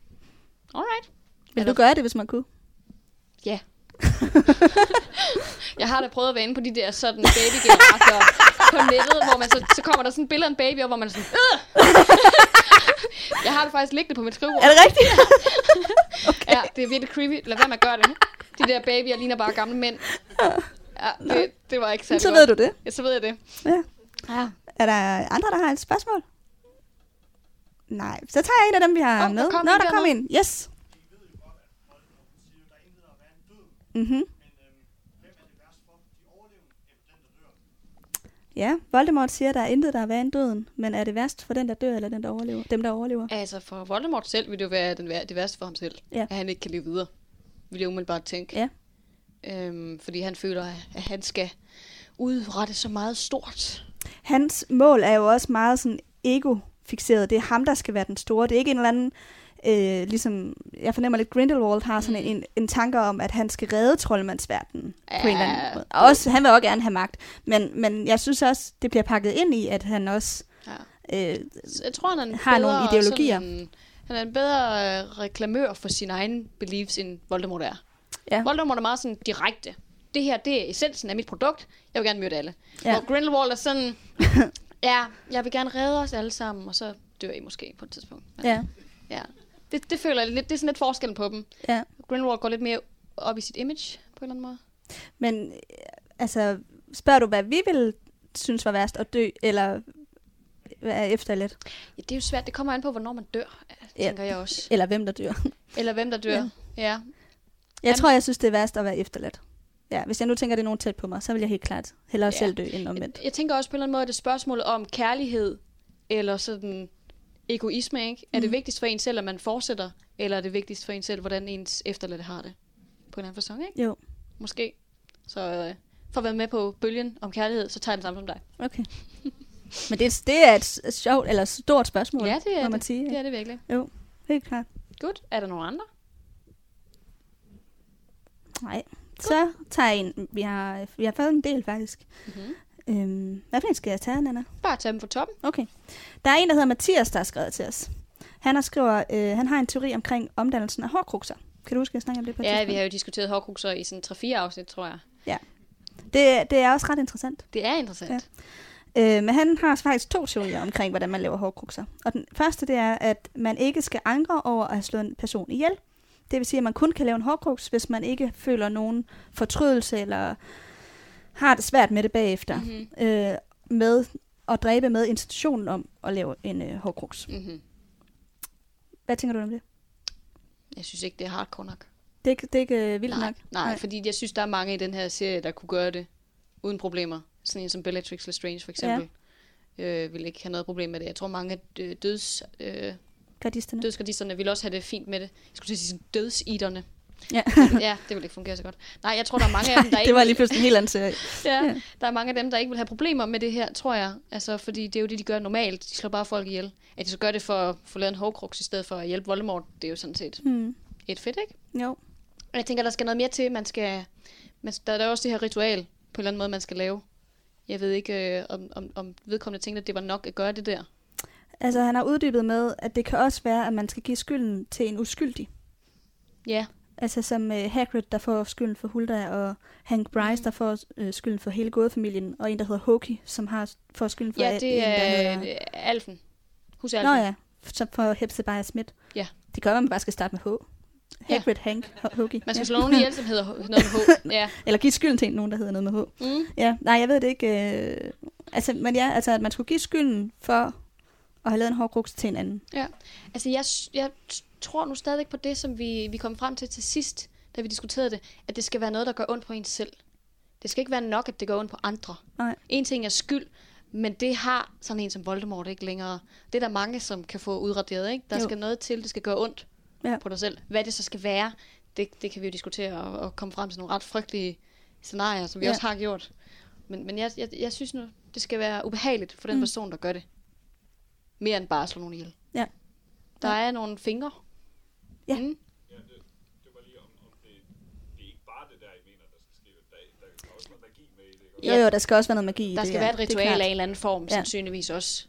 B: Altså,
A: Vil du
B: Eller-
A: gøre det, hvis man kunne?
B: Ja. jeg har da prøvet at være inde på de der sådan babygenerator på nettet, hvor man så, så kommer der sådan et billede af en baby, og hvor man er sådan, øh! Jeg har det faktisk liggende på mit skrivebord.
A: Er det rigtigt?
B: Ja, det er virkelig creepy. Lad være med at gøre det. De der babyer ligner bare gamle mænd. Ja, det, det var ikke særlig
A: så ved
B: godt.
A: du det.
B: Ja, så ved jeg det.
A: Ja.
B: Ja.
A: Er der andre, der har et spørgsmål? Nej, så tager jeg en af dem, vi har
B: Åh, der
A: med.
B: kom
A: Nå,
B: en
A: der kom
B: dernede.
A: en. Yes. Mm-hmm. Ja, Voldemort siger, at der er intet, der er værre end døden. Men er det værst for den, der dør, eller den, der overlever? dem, der overlever?
B: Altså, for Voldemort selv ville det jo være den, vær- det værste for ham selv.
A: Ja.
B: At han ikke kan leve videre. Vil jeg umiddelbart tænke.
A: Ja.
B: Øhm, fordi han føler, at han skal udrette så meget stort.
A: Hans mål er jo også meget sådan ego-fixeret. Det er ham, der skal være den store. Det er ikke en eller anden... Øh, ligesom, jeg fornemmer lidt, Grindelwald har sådan en, en tanke om, at han skal redde troldmandsverdenen ja. på en eller anden
B: Ja.
A: måde. Og Også, han vil også gerne have magt. Men, men jeg synes også, det bliver pakket ind i, at han også...
B: Ja.
A: Øh,
B: Så jeg tror, han er en
A: Har nogle
B: bedre
A: ideologier.
B: Sådan, han er en bedre øh, reklamør for sine egne beliefs, end Voldemort er.
A: ja.
B: Voldemort er meget sådan direkte. Det her, det er essensen af mit produkt. Jeg vil gerne myrde alle.
A: Ja.
B: Ja. Hvor Grindelwald er sådan, ja, jeg vil gerne redde os alle sammen, og så dør I måske på et tidspunkt. Men,
A: Ja.
B: ja. Det, det føler jeg lidt, det er sådan lidt forskellen på dem.
A: ja.
B: Grindelwald går lidt mere op i sit image, på en eller anden måde.
A: Men øh, altså, spørger du, hvad vi ville synes var værst at dø, eller hvad er efterladt?
B: Ja, det er jo svært. Det kommer an på, hvornår man dør,
A: Ja.
B: tænker jeg også.
A: Eller hvem, der dør?
B: Eller hvem der dør.
A: Ja.
B: Ja. ja.
A: Jeg
B: Jamen-
A: tror, jeg synes, det er værst at være efterladt. Ja, hvis jeg nu tænker, det er nogen tæt på mig, så vil jeg helt klart hellere ja.
B: Ja.
A: selv dø end omvendt.
B: Jeg, jeg tænker også på en eller anden måde, at det er spørgsmålet om kærlighed eller sådan egoisme, ikke? Er det vigtigst for en selv, at man fortsætter, eller er det vigtigst for en selv, hvordan ens efterladte har det? På en eller anden fasong, ikke?
A: Jo,
B: Måske. Så øh, for at være med på bølgen om kærlighed, så tager jeg den samme som dig.
A: okay. Men det, er- det er et s- sjovt, eller stort spørgsmål,
B: Ja, det
A: må
B: er
A: man
B: det.
A: sige.
B: Det er det virkelig.
A: Jo, helt klart.
B: Godt. Er der nogen andre?
A: Nej. Så tager jeg en. Vi har, vi har fået en del, faktisk.
B: Mhm.
A: Mm-hmm. Øhm, hvad for en skal jeg tage, Nana?
B: Bare tag dem fra toppen.
A: Okay. Der er en, der hedder Mathias, der har skrevet til os. Han har, skriver, øh, han har en teori omkring omdannelsen af hårkrukser. Kan du huske, at jeg snakkede om det på et
B: Ja, vi
A: tidspunkt?
B: har jo diskuteret hårdkrukser i sådan 3-4 afsnit, tror jeg.
A: det, det er også ret interessant.
B: Det er interessant.
A: Ja.
B: Ja.
A: Øh, men han har faktisk to teorier omkring, hvordan man laver hårdkrukser. Og den første, det er, at man ikke skal angre over at have slået en person ihjel. Det vil sige, at man kun kan lave en hårdkruks, hvis man ikke føler nogen fortrydelse eller har det svært med det bagefter.
B: Mhm.
A: Mm-hmm. Øh, med at dræbe med institutionen om at lave en øh, hårdkruks.
B: Mm-hmm.
A: Hvad tænker du om det?
B: Jeg synes ikke, det er hardcore nok.
A: Det er, ikke- det er ikke øh, vildt
B: nej,
A: nok.
B: Nej, nej, fordi jeg synes, der er mange i den her serie, der kunne gøre det uden problemer. Sådan en som Bellatrix Lestrange for eksempel. Ja. Øh, ville ikke have noget problem med det. Jeg tror, mange af dø- døds, øh,
A: Gardisterne.
B: dødsgardisterne ville også have det fint med det. Jeg skulle til at sige sådan dødsiderne.
A: Ja.
B: ja, det ville ikke fungere så godt. Nej, jeg tror, der er mange af dem, der ikke
A: det var lige pludselig en helt anden serie.
B: ja,
A: Ja.
B: ja. Der er mange af dem, der ikke vil have problemer med det her, tror jeg. Altså, fordi det er jo det, de gør normalt. De slår bare folk ihjel. At de så gør det for at få lavet en hårdkruks i stedet for at hjælpe Voldemort, det er jo sådan set
A: Hmm.
B: et fedt, ikke?
A: Jo.
B: Og jeg tænker, der skal noget mere til. Man skal, man, der, der er også det her ritual, på en eller anden måde, man skal lave. Jeg ved ikke, øh, om, om, om vedkommende tænkte, at det var nok at gøre det der.
A: Altså, han har uddybet med, at det kan også være, at man skal give skylden til en uskyldig.
B: Ja,
A: Altså som øh, Hagrid, der får skylden for Hulda, og Hank Bryce,
B: Mhm.
A: mm. der får øh, skylden for hele gådefamilien, og en, der hedder Hoki, som har får skylden for
B: Ja,
A: at- en,
B: det
A: der
B: er
A: hedder...
B: øh, Alfen. Husk Alfen.
A: Nå ja, så for Hepzibah Smith.
B: Ja.
A: Det gør, at man bare skal starte med H. Hagrid, Hank, H- Hoki.
B: Man skal
A: ja.
B: slå nogen ihjel, som hedder H- noget med H. Ja.
A: Eller give skylden til en, nogen, der hedder noget med H.
B: Mm.
A: Ja, nej, jeg ved det ikke. Øh, altså, men ja, altså, at man skulle give skylden for at have lavet en hårdgruks til en anden.
B: Altså, jeg, s- jeg t- tror nu stadigvæk på det, som vi, vi kom frem til til sidst, da vi diskuterede det, at det skal være noget, der gør ondt på en selv. Det skal ikke være nok, at det gør ondt på andre.
A: Nej.
B: En ting er skyld, men det har sådan en som Voldemort ikke længere. Det er der mange, som kan få udraderet, ikke? Der
A: Jo.
B: jo. skal noget til, det skal gøre ondt
A: Ja.
B: ja. på dig selv. Hvad det så skal være, det, det kan vi jo diskutere og, og komme frem til nogle ret frygtelige scenarier, som vi
A: Ja.
B: ja. også har gjort. Men, men jeg, jeg, jeg synes nu, det skal være ubehageligt for den
A: Mm.
B: mm. person, der gør det. Mere end bare at slå nogen ihjel.
A: Ja.
B: Der er nogle fingre.
A: Ja.
B: Mm.
D: Ja, det, det var lige om, om det, det er ikke bare det der, I mener, der skal ske. Der, der kan også være magi med i det, ikke?
A: Jo, jo, der skal også være noget magi i
B: Der
A: det.
B: skal
A: ja.
B: være et
A: Det er
B: ritual
A: klart.
B: af en eller anden form,
A: Ja.
B: ja. sandsynligvis også.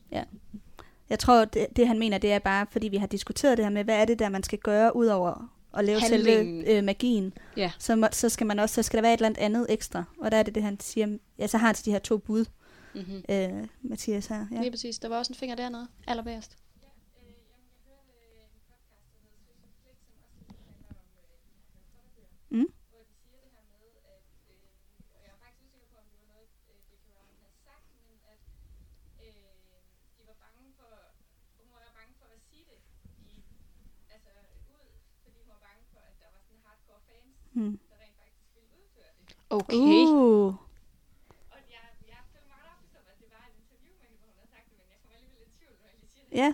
A: Jeg tror, det, det han mener, det er bare, fordi vi har diskuteret det her med, hvad er det der, man skal gøre, udover at lave
B: Handlingen.
A: selve øh, magien.
B: Ja.
A: Så, må, så skal man også, så skal der være et eller andet andet ekstra. Og der er det det, han siger, ja, så har han til de her to bud,
B: Mm-hmm.
A: øh, Mathias her.
B: Ja.
A: Ja.
B: Lige præcis. Der var også en finger dernede. Allerbærst.
A: Mm. Mm.
B: Okay. Uh.
A: Uh. Ja,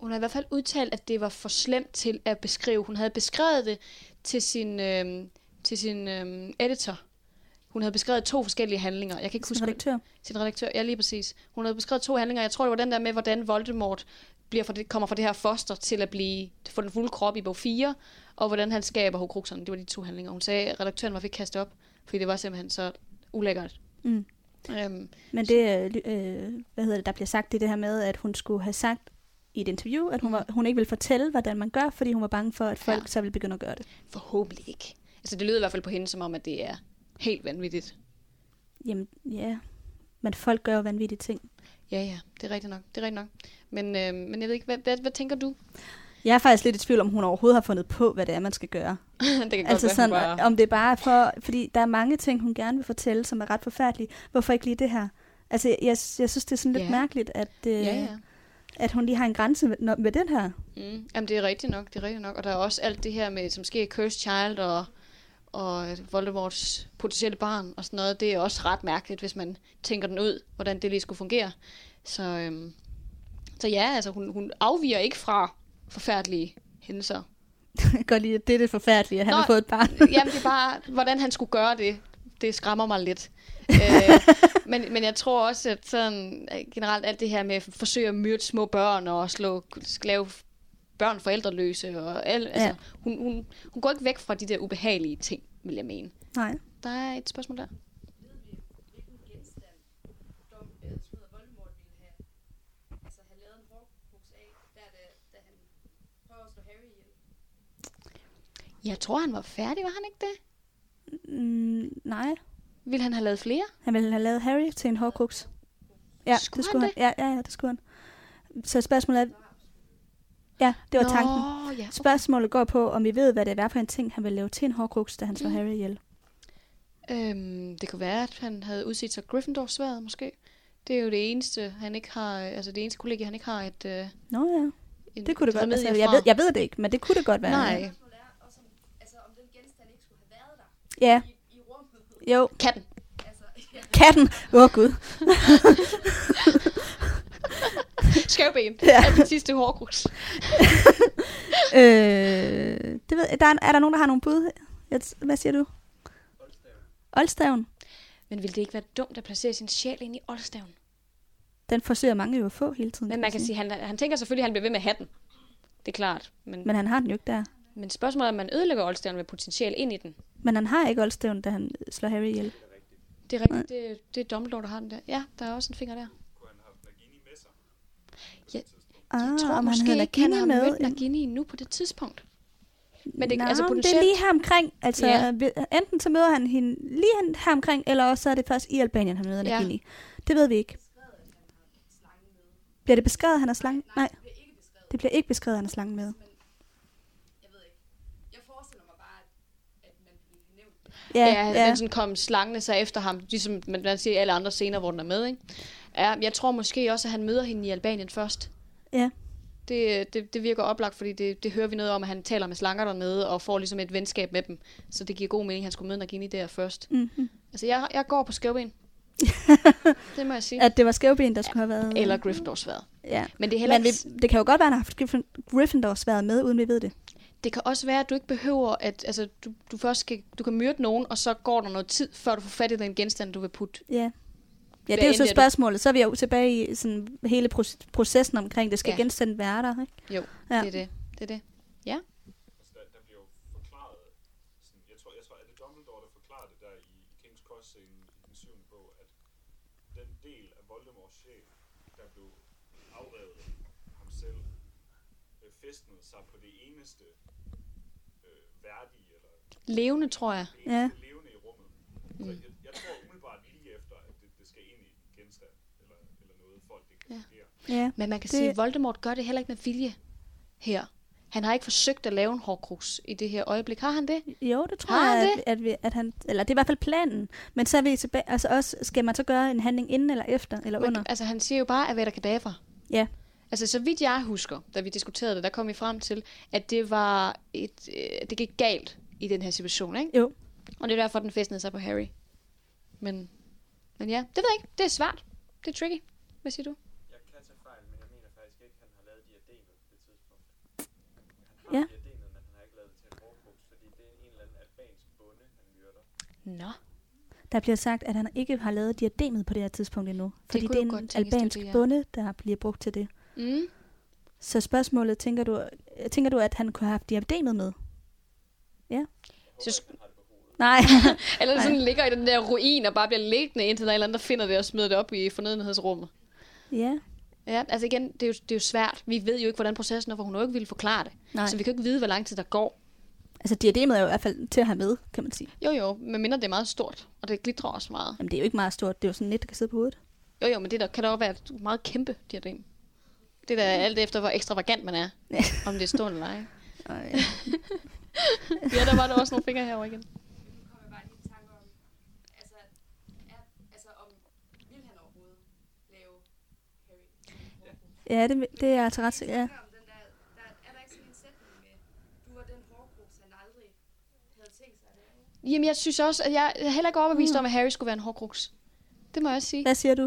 B: Hun har i hvert fald udtalt, at det var for slemt til at beskrive. Hun havde beskrevet det til sin, øhm, til sin øhm, editor. Hun havde beskrevet to forskellige handlinger. Jeg kan ikke
A: som
B: huske,
A: redaktør.
B: sin redaktør. Ja, lige præcis. Hun havde beskrevet to handlinger. Jeg tror, det var den der med, hvordan Voldemort bliver fra det, kommer fra det her foster til at blive få den fulde krop i bog 4, og hvordan han skaber hukrukserne. Det var de to handlinger. Hun sagde, at redaktøren var ikke kastet op, fordi det var simpelthen så ulækkert.
A: Mm.
B: Øhm,
A: Men det, øh, ly- øh, hvad hedder det, der bliver sagt, det er det her med, at hun skulle have sagt i et interview, at hun, var, hun ikke ville fortælle, hvordan man gør, fordi hun var bange for, at folk ja.
B: Mm. Ja.
A: så ville begynde at gøre det.
B: forhåbentlig ikke. Altså, det lyder i hvert fald på hende, som om, at det er helt vanvittigt.
A: Jamen, ja. Men folk gør jo vanvittige ting.
B: Ja, ja, det er rigtigt nok. Det er rigtigt nok. Men, øh, men jeg ved ikke, hvad, hvad, hvad tænker du?
A: Jeg er faktisk lidt i tvivl om, hun overhovedet har fundet på, hvad det er, man skal gøre.
B: det kan
A: Altså
B: godt
A: sådan,
B: være, hun bare...
A: om det er bare for... Fordi der er mange ting, hun gerne vil fortælle, som er ret forfærdelige. Hvorfor ikke lige det her? Altså, jeg, jeg synes, det er sådan lidt
B: Ja.
A: mærkeligt, at, øh,
B: Ja, ja.
A: at hun lige har en grænse med, når- med den her.
B: Mm. Jamen, det er rigtigt nok, det er rigtigt nok. Og der er også alt det her med, som sker i Cursed Child og, og øh, Voldemorts potentielle barn og sådan noget. Det er også ret mærkeligt, hvis man tænker den ud, hvordan det lige skulle fungere. Så, øhm, så ja, altså hun, hun afviger ikke fra forfærdelige hændelser.
A: Jeg kan godt lide, at det er det forfærdelige, at han
B: Nå,
A: har fået et barn.
B: Jamen, det er bare, hvordan han skulle gøre det, det skræmmer mig lidt. øh, men, men jeg tror også, at sådan, øh, generelt alt det her med at forsøge at myrde små børn og slå, lave børn forældreløse, og al, ja.
A: Ja.
B: altså, hun, hun, hun går ikke væk fra de der ubehagelige ting, vil jeg mene.
A: Nej.
B: Der er et spørgsmål der.
C: Ved vi, hvilken genstand Dom, øh, som hedder Voldemort ville have, altså have lavet en hårdkrus af, der, da, da han prøver at slå Harry ihjel?
B: Jeg tror, han var færdig, var han ikke det?
A: Mm, nej.
B: Ville han have lavet flere?
A: Han ville have lavet Harry til en hårdkoks. Ja,
B: Skulle
A: det
B: han
A: skulle han.
B: det?
A: Ja, ja, ja, det skulle han. Så spørgsmålet er... Ja, det var
B: Nå,
A: tanken.
B: Ja.
A: Spørgsmålet går på, om I ved, hvad det er for en ting, han vil lave til en hårdkruks, da han slår
B: Mm.
A: Harry ihjel.
B: Øhm, det kunne være, at han havde udset sig Gryffindor-sværet, måske. Det er jo det eneste, han ikke har, altså det eneste kollegie, han ikke har et,
A: Nå
B: øh,
A: ja,
B: en
A: det kunne det godt
B: remedie
A: være. Altså, jeg,
B: fra.
A: ved, jeg ved det ikke, men det kunne det godt være.
B: Nej.
C: Spørgsmålet er også, om, altså, om den genstand ikke skulle have været der
A: Ja,
C: i, i rummet.
A: jo.
B: Katten.
C: Altså, ja,
A: Katten! Åh oh, gud.
B: Skævben.
A: Ja.
B: Ja. Er det sidste hårgrus.
A: Øh, det ved, der er, er der nogen, der har nogle bud? Jeg t- Hvad siger du? Oldstaven.
B: Men ville det ikke være dumt at placere sin sjæl ind i oldstaven?
A: Den forsøger mange jo at få hele tiden.
B: Men man kan sige, han, han tænker selvfølgelig, at han bliver ved med hatten. Det er klart. Men, men,
A: Men han har den jo ikke der.
B: men spørgsmålet er, om man ødelægger oldstaven med potentiale ind i den.
A: Men han har ikke oldstaven, da han slår Harry ihjel.
B: Det er rigtigt. Det, det er Dumbledore, der har den der. Ja, der er også en finger der.
D: Kunne han have haft Nagini med sig?
B: Ja,
A: Ah,
B: jeg tror
A: om han
B: måske
A: havde
B: ikke, han
A: Nagini
B: har
A: med
B: mødt
A: ind-
B: Nagini nu på det tidspunkt. Men det,
A: Nå,
B: altså
A: men det er
B: potentielt...
A: lige her omkring. Altså,
B: Ja.
A: ja. enten så møder han hende lige hen- her omkring, eller også så er det først i Albanien, han møder
B: Ja.
A: Nagini. Det ved vi ikke. Bliver det beskrevet, at han har slangen? Nej, det bliver ikke beskrevet, at han har slangen med.
C: Jeg ved ikke. Jeg forestiller mig bare, at, at man bliver nævnt.
A: Ja, ja, ja.
B: men sådan kom slangene sig efter ham, ligesom man, man siger i alle andre scener, hvor den er med, ikke? Ja, jeg tror måske også, at han møder hende i Albanien først.
A: ja.
B: Det, øh, det, det virker oplagt, fordi det, det hører vi noget om, at han taler med slanger dernede og får ligesom et venskab med dem. Så det giver god mening, at han skulle møde Nagini der først.
A: Mm-hmm.
B: Altså, jeg, jeg går på skævben. det må jeg sige.
A: At det var skævben, der skulle have været...
B: Eller Gryffindor-sværet.
A: Ja.
B: Men det er heller
A: Men
B: ikke...
A: vi, det kan jo godt være, at han har haft Gryffin- Gryffindor-sværet med, uden vi ved det.
B: Det kan også være, at du ikke behøver, at altså, du, du først skal, du kan myrde nogen, og så går der noget tid, før du får fat i den genstand, du vil putte.
A: Ja. Ja,
B: Hvad
A: det er jo
B: end
A: så
B: det er, du-
A: spørgsmålet. Så er vi jo tilbage i sådan hele proces- processen omkring, det skal
B: Ja.
A: ja. genstændt være der, ikke?
B: Jo, ja.
A: Ja.
B: det er det. Det er det. Ja.
D: Altså, der, der bliver jo forklaret, sådan, jeg tror, jeg tror, er det Dumbledore, der forklarer det der i King's Cross-scenen i den syvende bog, at den del af Voldemorts sjæl, der blev afrevet ham selv, øh, festnede sig på det eneste øh, værdige, eller
B: Levende, tror jeg.
D: det
A: Ja.
D: eneste levende i rummet. Så jeg, jeg tror umiddelbart lige efter, at det, det skal ind i en genstand, eller, eller noget, for at det kan
B: Ja.
D: fungere.
A: Ja.
B: Men man kan det...
A: Det-
B: sige, at Voldemort gør det heller ikke med vilje her. Han har ikke forsøgt at lave en hårkrus i det her øjeblik. Har han det?
A: Jo, det tror
B: Har han
A: jeg, at, at, vi, at han... Eller det er i hvert fald planen. Men så er vi tilbage... Altså også, skal man så gøre en handling inden eller efter, eller under?
B: Men, altså, han siger jo bare, at hvad der kadaver.
A: Ja.
B: Altså, så vidt jeg husker, da vi diskuterede det, der kom vi frem til, at det var et, øh, det gik galt i den her situation, ikke?
A: Jo.
B: Og det er derfor, den festnede sig på Harry. Men, men ja, det ved jeg ikke. Det er svært. Det er tricky. Hvad siger du?
E: Jeg kan tage fejl, men jeg mener faktisk ikke, at han har lavet diademet på det tidspunkt. Han har
A: Ja.
E: ja. diademet, men han har ikke lavet det til en hårdkrus, fordi det er en eller anden albansk bonde, han myrder.
B: Nå.
A: Der bliver sagt, at han ikke har lavet diademet på det her tidspunkt endnu. Fordi det, det
B: kunne
A: er en
B: jo godt tænkes, det er
A: albansk
B: det, ja.
A: bonde, der bliver brugt til det.
B: Mm.
A: Så spørgsmålet, tænker du, tænker du at han kunne have haft diademet med?
B: Så, sk-
A: Nej.
B: eller det sådan ligger i den der ruin og bare bliver liggende, indtil der er en eller anden, der finder det og smider det op i fornødenhedsrummet.
A: ja.
B: Ja, altså igen, det er, jo, det er jo svært. Vi ved jo ikke, hvordan processen er, for hun har jo ikke ville forklare det.
A: Nej.
B: Så vi kan jo ikke vide, hvor lang tid der går.
A: Altså diademet er jo i hvert fald til at have med, kan man sige.
B: Jo jo, medmindre det er meget stort, og det glitrer også meget.
A: Jamen det er jo ikke meget stort, det er jo sådan lidt, der kan sidde på hovedet.
B: Jo jo, men det der kan da også være et meget kæmpe diadem. Det der alt efter, hvor ekstravagant man er.
A: Ja.
B: Om det er stående eller ej.
A: Ej.
B: Ja, der var der også nogle fingre herover igen.
C: Men nu kommer jeg bare lige i tanke om, altså, er, altså om, vil han overhovedet lave Harry?
A: ja, det, det er jeg altså ret sikker. Ja.
C: Snakker om den der, der, er der ikke sådan en sætning med, du var den hårdkrus, han aldrig havde tænkt sig at lave?
B: Jamen, jeg synes også, at jeg jeg er heller ikke overbevist om, at Harry skulle være en hårdkruks. Det må jeg også sige.
A: Hvad siger du?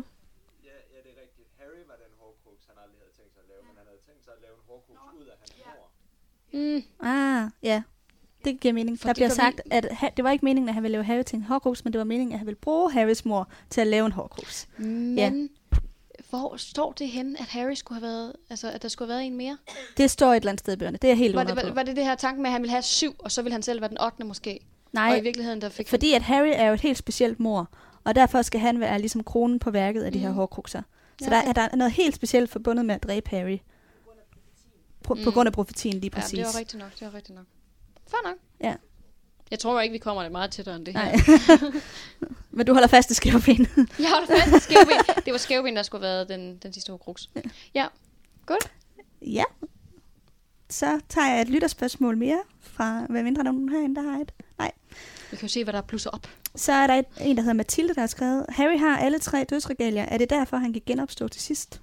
E: Ja, ja, det er rigtigt. Harry var den hårdkrus, han aldrig havde tænkt sig at lave, men han havde tænkt sig at lave en hårdkrus ud af hans mor.
B: Mm,
A: Ah, ja. Det giver mening.
B: For
A: der
B: det
A: bliver
B: går
A: sagt, at ha- det var ikke meningen, at han ville lave Harry til en hårkrus, men det var meningen, at han ville bruge Harrys mor til at lave en hårkrus.
B: men
A: Ja.
B: hvor står det henne, at Harry skulle have været, altså, at der skulle have været en mere?
A: Det står et eller andet sted i bøgerne. Det er jeg helt
B: Var
A: under
B: det,
A: på.
B: var, var det det her tanke med, at han ville have syv, og så ville han selv være den ottende måske? Og i
A: Nej,
B: virkeligheden, der fik han-
A: fordi at Harry er jo et helt specielt mor, og derfor skal han være ligesom kronen på værket af de her
B: Mm.
A: hårkrukser. Så
B: Ja,
A: der,
B: okay.
A: er, der er noget helt specielt forbundet med at dræbe Harry. På, på
B: Mm.
A: grund af profetien lige
B: Ja,
A: præcis.
B: det var rigtigt nok, det var rigtigt nok. Fair nok.
A: Ja.
B: Jeg tror ikke, vi kommer det meget tættere end det her.
A: Nej. Men du holder fast i skævben.
B: Jeg holder fast i skævben. Det var skævben, der skulle have været den, den sidste hårdkruks. Ja.
A: ja. Så tager jeg et lytterspørgsmål mere fra, hvad mindre der er nogen herinde, der har et. Nej.
B: Vi kan jo se, hvad der plusser op.
A: Så er der et, en, der hedder Mathilde, der har skrevet, Harry har alle tre dødsregalier. Er det derfor, han kan genopstå til sidst?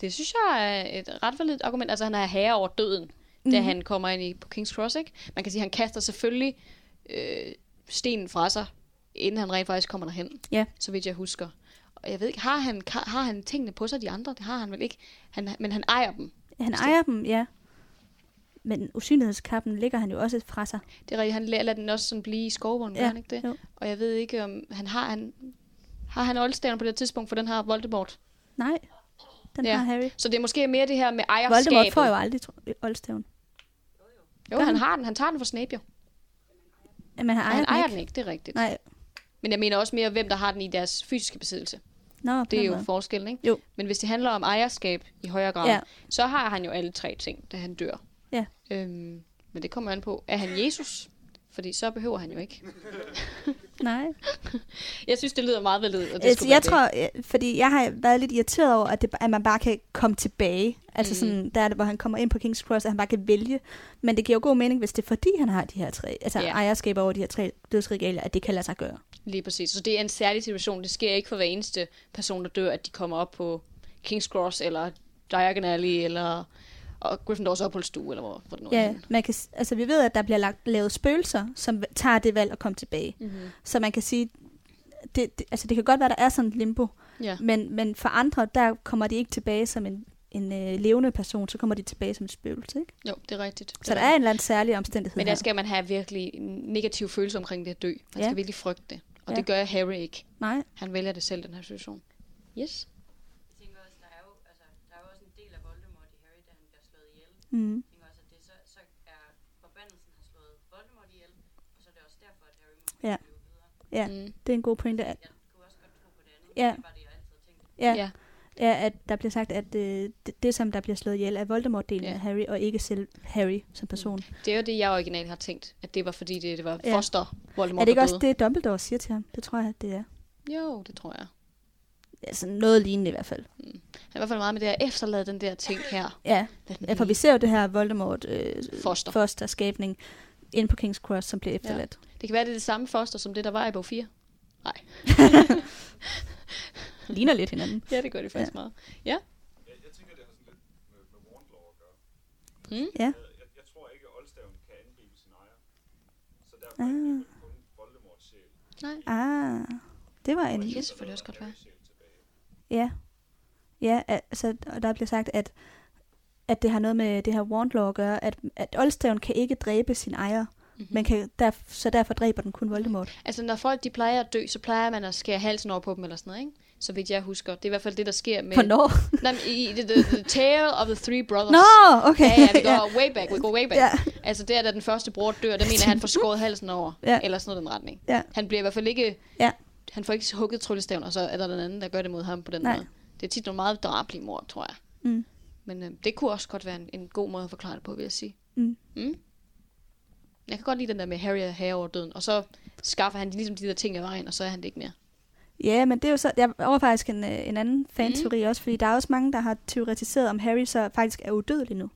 B: Det synes jeg er et ret validt argument. Altså, han er herre over døden, mm.
A: Mhm.
B: da han kommer ind i, på King's Cross, ikke? Man kan sige, at han kaster selvfølgelig øh, stenen fra sig, inden han rent faktisk kommer derhen,
A: Ja.
B: så vidt jeg husker. Og jeg ved ikke, har han, har han tingene på sig, de andre? Det har han vel ikke. Han, men han ejer dem.
A: Han ejer dem, ja. Men usynlighedskappen ligger han jo også fra sig.
B: Det er rigtigt. Han lader lader den også sådan blive i skovbunden, ja. gør
A: Ja,
B: han ikke det?
A: jo.
B: Og jeg ved ikke, om han har... Han, har han oldstaven på det tidspunkt, for den har Voldemort.
A: Nej, den
B: Ja.
A: ja. har Harry.
B: Så det er måske mere det her med ejerskabet.
A: Voldemort får jo aldrig tro- oldstaven.
B: jo, han har den. Han tager den fra Snape, jo.
A: Men han ejer,
B: han ejer
A: den
B: den
A: ikke.
B: ikke, det er rigtigt.
A: Nej,
B: Men jeg mener også mere, hvem der har den i deres fysiske besiddelse.
A: Nå, på
B: Det er
A: den
B: jo
A: måde.
B: forskellen, ikke?
A: Jo.
B: Men hvis det handler om ejerskab i højere grad, ja.
A: Ja.
B: så har han jo alle tre ting, da han dør.
A: Ja.
B: Øhm, Men det kommer an på, er han Jesus? Fordi så behøver han jo ikke.
A: Nej.
B: Jeg synes, det lyder meget validt. Og det
A: Altså,
B: skulle være
A: jeg
B: det.
A: tror, øh, fordi jeg har været lidt irriteret over, at, det, at man bare kan komme tilbage. Altså
B: Mhm.
A: sådan, der er det, hvor han kommer ind på King's Cross, at han bare kan vælge. Men det giver jo god mening, hvis det er fordi, han har de her tre, altså
B: Ja.
A: yeah. ejerskaber over de her tre dødsregaler, at det kan lade sig gøre.
B: Lige præcis. Så det er en særlig situation. Det sker ikke for hver eneste person, der dør, at de kommer op på King's Cross, eller Diagon Alley, eller og Gryffindors opholdsstue, eller hvor, hvor det nu er.
A: Ja,
B: henne.
A: man kan, s- altså vi ved, at der bliver lagt, lavet spøgelser, som v- tager det valg at komme tilbage.
B: Mhm.
A: Så man kan sige, det, det, altså det kan godt være, der er sådan et limbo,
B: ja.
A: men, men for andre, der kommer de ikke tilbage som en, en øh, levende person, så kommer de tilbage som et spøgelse. Ikke?
B: Jo, det er rigtigt. Det
A: Så der er en eller anden særlig omstændighed
B: Men
A: her.
B: der skal man have virkelig en negativ følelse omkring det at dø. Man
A: Ja.
B: skal virkelig frygte det. Og
A: Ja.
B: det gør Harry ikke.
A: Nej,
B: Han vælger det selv, den her situation. Yes.
C: Jeg tænker også, der er jo, altså, der er jo også en del af Voldemort i Harry, da han bliver slået ihjel.
A: mm,
C: Jeg tænker også, at det så, så er forbandelsen har slået Voldemort ihjel, og så er det også derfor, at Harry må
A: Ja.
C: leve videre.
A: Ja.
B: Mm.
A: det er en god pointe. At,
C: Jeg kunne også godt tro på det andet.
A: Ja.
C: Det er bare det, jeg altid har tænkt.
A: ja, ja. ja, at der bliver sagt, at øh, det, det, som der bliver slået ihjel, er Voldemort-delen
B: Ja.
A: ja. af Harry, og ikke selv Harry som person. Mm.
B: Det er jo det, jeg originalt har tænkt. At det var fordi, det, det var
A: Ja.
B: foster Voldemort,
A: Er det ikke
B: der
A: også det, Dumbledore siger til ham? Det tror jeg, det er.
B: døde. Jo, det tror jeg.
A: Altså noget lignende i hvert fald.
B: Han er i hvert fald meget med det at efterlade den der ting her.
A: Ja,
B: Lad den
A: ja for vi
B: blive.
A: ser jo det her Voldemort øh,
B: Foster.
A: fosterskabning ind på King's Cross, som bliver efterladt.
B: Det kan være, det er det samme foster, som det, der var i bog 4.
A: Ja. Ligner lidt hinanden.
B: Ja, det gør det faktisk ja. meget.
D: Jeg, jeg tænker, det har sådan lidt med, med Wardlaw at gøre.
A: Ja.
D: Jeg, jeg, jeg tror ikke, at oldstaven kan angribe sin ejer. Så derfor er
A: Ah.
D: det kun Voldemorts sjæl.
B: Nej.
A: Ah, det var en...
B: Det kan selvfølgelig også godt være.
A: Ja. Ja, altså, og der bliver sagt, at, at det har noget med det her Wandlaw at gøre, at, at oldstaven kan ikke dræbe sin ejer, mm-hmm. men kan der, så derfor dræber den kun Voldemort.
B: Altså, når folk de plejer at dø, så plejer man at skære halsen over på dem eller sådan noget, ikke? Så vidt jeg husker. Det er i hvert fald det, der sker med...
A: Hvornår?
B: Nej, men i The, the, the Tale of the Three Brothers.
A: Nå, okay.
B: Ja, ja, vi går way back, we go way back.
A: Ja.
B: Ja. Altså der, da den første bror dør, der mener jeg, han får skåret halsen over.
A: Ja.
B: Ja. Eller sådan noget i den retning.
A: Ja.
B: Han bliver i hvert fald ikke...
A: Ja.
B: Han får ikke hugget tryllestaven, og så er der den anden, der gør det mod ham på den
A: Nej.
B: Nej. måde. Det er tit nogle meget drablige mord, tror jeg.
A: Mm.
B: Men øh, det kunne også godt være en, en god måde at forklare det på, vil jeg sige.
A: Mm.
B: Mm. Jeg kan godt lide den der med Harry og Harry over døden, og så skaffer han ligesom de der ting i vejen, og så er han det ikke mere.
A: Ja, men det er jo så, jeg over faktisk en, øh, en anden fanteori mm. også, fordi der er også mange, der har teoretiseret, om Harry så faktisk er udødelig nu.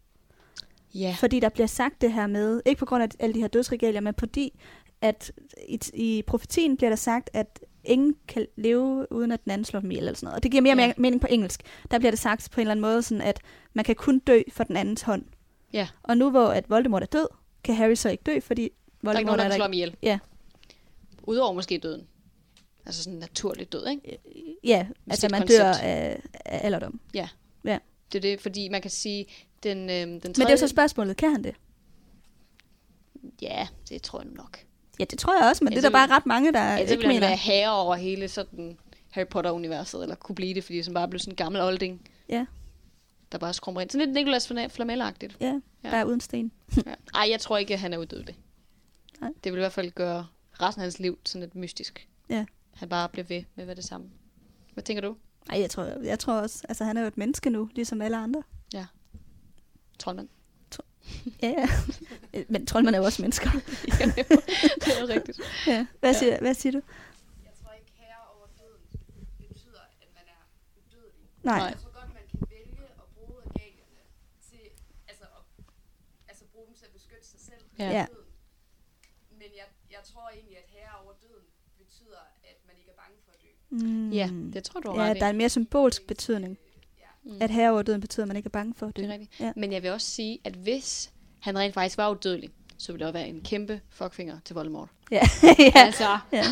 B: Ja.
A: Fordi der bliver sagt det her med, ikke på grund af alle de her dødsregalier, men fordi, at i, i profetien bliver der sagt, at ingen kan leve uden at den anden slår dem ihjel, eller sådan noget. Og det giver mere
B: Ja.
A: ja. mening på engelsk. Der bliver det sagt på en eller anden måde, sådan at man kan kun dø for den andens hånd.
B: Ja.
A: Og nu hvor at Voldemort er død, kan Harry så ikke dø, fordi
B: Der er ikke
A: Voldemort
B: nogen, der
A: er
B: kan slå
A: der
B: ham ihjel.
A: Ja.
B: Udover måske døden. Altså sådan naturlig død, ikke?
A: ikke. Ja, altså
B: et
A: man
B: koncept.
A: dør af, af alderdom.
B: Det er det, fordi man kan sige, den, øh, den tredje...
A: Men det er jo så spørgsmålet, kan han det?
B: Ja, det tror jeg nu nok.
A: Ja, det tror jeg også, men
B: Ja,
A: det
B: så
A: er der
B: vil-
A: bare ret mange, der
B: Ja, så
A: ikke
B: ville han
A: mener.
B: være herre over hele sådan Harry Potter-universet, eller kunne blive det, fordi han bare blev sådan en gammel olding,
A: Ja,
B: der bare skrummer ind. Sådan lidt Nicolas Flamel-agtigt.
A: ja,
B: Ja.
A: ja, bare uden sten.
B: Ja. Ej, jeg tror ikke, at han er uddødelig.
A: Nej.
B: Det vil i hvert fald gøre resten af hans liv sådan lidt mystisk.
A: Ja.
B: Han bare bliver ved med at være det samme. Hvad tænker du,
A: Nej, jeg tror, jeg tror også, altså han er jo et menneske nu, ligesom alle andre.
B: troldmand?
A: Ja, ja. Øh, Men troldmænd er jo også mennesker.
B: Ja, det er rigtigt.
A: Ja. Hvad, siger, ja. hvad siger du?
C: Jeg tror ikke, herre over døden betyder, at man er udødelig.
A: Nej.
B: Nej.
A: Nej.
C: Jeg tror godt, man kan vælge at bruge regalierne til, altså, at, altså bruge dem til at beskytte sig selv.
B: Ja.
A: Ja.
C: mod døden. Men jeg, jeg tror egentlig, at herre over døden betyder, at man ikke er bange for at dø.
A: Mm.
B: Ja, det tror du har
A: ja,
B: ret i.
A: der er en mere symbolsk betydning.
C: øh,
B: Mm.
A: Mm. At herover døden betyder, at man ikke er bange for at dø.
B: Det er rigtigt. Ja.
A: Ja.
B: Men jeg vil også sige, at hvis han rent faktisk var udødelig, så ville der jo være en kæmpe fuckfinger til Voldemort.
A: Ja.
B: Ja.
A: ja.
B: Altså,
A: Ja.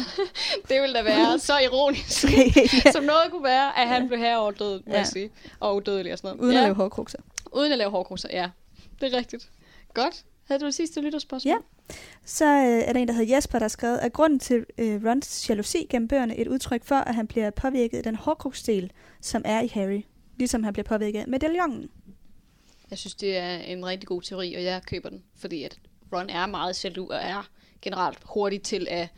B: det ville da være så ironisk, som noget kunne være, at han ja. blev herover død, må ja.
A: Ja.
B: jeg sige. Og udødelig og sådan noget.
A: Uden ja.
B: ja.
A: at lave hårdkrukser.
B: Uden at lave hårdkrusser, ja. Det er rigtigt. Godt. Havde du det sidste lytterspørgsmål?
A: Ja. Så øh, er der en, der hedder Jesper, der har skrevet, at grunden til øh, Rons jalousi gennem bøgerne et udtryk for, at han bliver påvirket af den hårdkruksdel, som er i Harry. Ligesom han bliver påvirket af medaljonen.
B: Jeg synes, det er en rigtig god teori, og jeg køber den, fordi at Ron er meget jaloux og er generelt hurtig til at,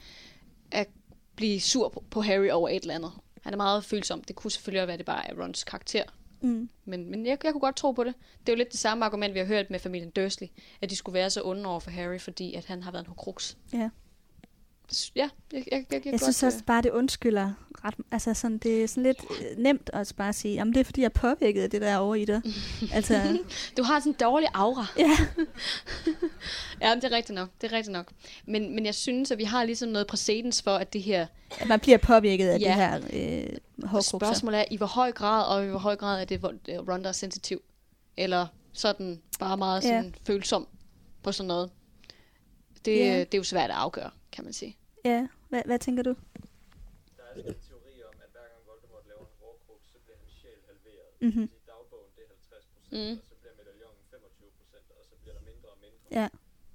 B: at blive sur på- på Harry over et eller andet. Han er meget følsom. Det kunne selvfølgelig også være, at det bare er Rons karakter,
A: Mm.
B: Men, men jeg, jeg kunne godt tro på det. Det er jo lidt det samme argument, vi har hørt med familien Dursley, at de skulle være så onde over for Harry, fordi at han har været en hukruks.
A: Ja.
B: Det sy- Ja, jeg, jeg, jeg, jeg,
A: Jeg synes også bare, det undskylder ret... Altså, sådan, det er sådan lidt øh, nemt at bare sige, jamen det er fordi, jeg påvirkede det der over i dig. altså,
B: Du har sådan en dårlig aura.
A: ja.
B: Ja, men det er rigtigt nok. Det er rigtigt nok. Men, men jeg synes, at vi har ligesom noget præcedens for, at det her
A: At man bliver påvirket af
B: Ja.
A: de her øh, hårgrupser.
B: spørgsmål er, i hvor høj grad, og i hvor høj grad er det hvor- øh, Ron, der er sensitiv? Eller sådan bare meget
A: Ja.
B: sådan følsom på sådan noget? Det,
A: Ja.
B: yeah. det er jo svært at afgøre, kan man sige.
A: Ja, hvad, hvad tænker du?
E: Der er sådan en teori om, at hver gang Voldemort laver en hårdkrog, så bliver hans sjæl halveret.
A: Mhm.
E: I dagbogen, det er 50
B: Mm.
E: og så bliver medaljongen 25 og så bliver der mindre og mindre.
A: Ja.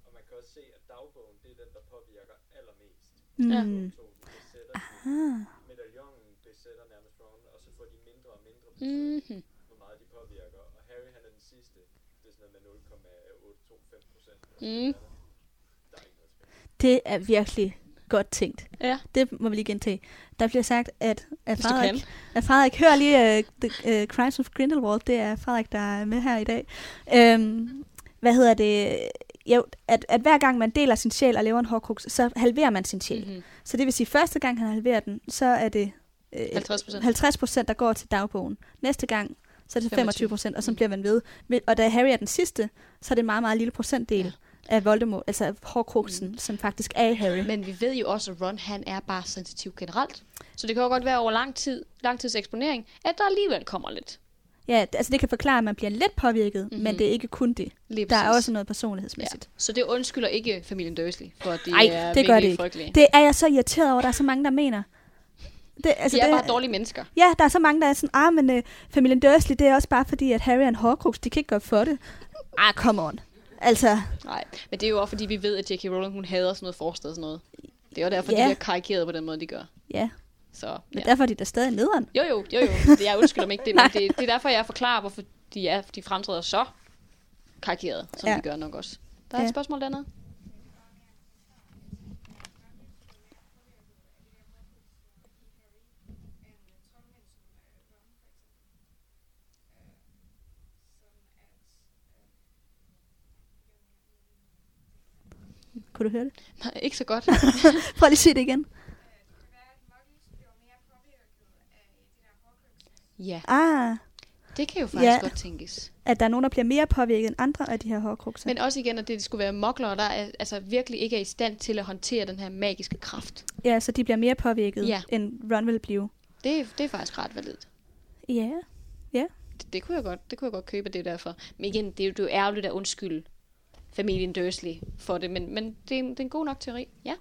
E: Og man kan også se, at dagbogen, det er den, der påvirker allermest.
B: Ja.
A: Mm.
E: To, de besætter den.
A: Ah.
E: Medaljongen besætter nærmest Ron, og så får de mindre og mindre betydning,
A: Mhm.
B: Mm-hmm.
E: hvor meget de påvirker. Og Harry, han er den sidste. Det er sådan noget med 0,825 procent.
B: Mm.
E: Der er ikke noget tilbage.
A: Det er virkelig godt tænkt.
B: Ja.
A: Det må vi lige gentage. Der bliver sagt, at, at
B: Hvis du
A: Frederik...
B: kan.
A: At Frederik, hør lige uh, the, uh, Crimes of Grindelwald, det er Frederik, der er med her i dag. Øhm, hvad hedder det? Jo, at, at hver gang man deler sin sjæl og laver en hårdkrux, så halverer man sin sjæl. Mm-hmm.
B: Mm-hmm.
A: Så det vil sige, at første gang han halverer den, så er det øh,
B: 50%.
A: 50 procent, der går til dagbogen. Næste gang, så er det 25
B: 25.
A: procent, og så
B: Mm.
A: bliver man ved. Men- Og da Harry er den sidste, så er det en meget, meget lille procentdel
B: Ja.
A: ja. af Voldemort, altså af hårdkruksen, mm. som faktisk er i Harry.
B: Men vi ved jo også, at Ron han er bare sensitiv generelt. Så det kan jo godt være over lang tid, lang tids eksponering, at der alligevel kommer lidt.
A: Ja, altså det kan forklare, at man bliver let påvirket, mm-hmm.
B: Mhm.
A: men det er ikke kun det.
B: Lige
A: Der er
B: præcis.
A: også noget personlighedsmæssigt.
B: Så det undskylder ikke familien Dursley, for at de
A: Nej,
B: er
A: det gør
B: virkelig
A: det ikke.
B: frygtelige.
A: Det er jeg så irriteret over, der er så mange, der mener. Det,
B: Altså,
A: altså,
B: de er
A: det,
B: bare dårlige mennesker.
A: Ja, der er så mange, der er sådan, ah, men uh, familien Dursley, det er også bare fordi, at Harry er en hårdkrux, de kan ikke gå for det. Ah, come on. Altså,
B: Nej, men det er jo også fordi, vi ved, at J.K. Rowling, hun hader sådan noget forsted og sådan noget. Det er jo derfor,
A: Ja.
B: yeah. de bliver karikeret på den måde, de gør.
A: ja,
B: Så,
A: men
B: ja.
A: ja. derfor er de da stadig nederen.
B: Jo, jo, jo, jo. Det, jeg undskylder mig ikke det, men
A: Nej.
B: det, det er derfor, jeg forklarer, hvorfor de, er, de fremtræder så karikeret, som
A: Ja.
B: de gør nok også. Der er
A: Ja.
B: et spørgsmål dernede.
A: Kunne du høre det?
B: Nej, ikke så godt.
A: Prøv lige at sige det igen.
B: Ja,
A: Ah,
B: det kan jo faktisk
A: Ja.
B: yeah. godt tænkes.
A: at der er nogen, der bliver mere påvirket end andre af de her hårdkrukser.
B: Men også igen, at det skulle være moklere, der er, altså, virkelig ikke er i stand til at håndtere den her magiske kraft.
A: Ja, så de bliver mere påvirket,
B: Ja.
A: ja. end Ron vil blive.
B: Det, er- det er faktisk ret validt.
A: Ja,
B: Det, det, kunne jeg godt, det kunne jeg godt købe, at det er derfor. Men igen, det er jo, det er jo ærgerligt at undskylde familien Dursley for det, men, men det, er, en- det er en god nok teori. Ja.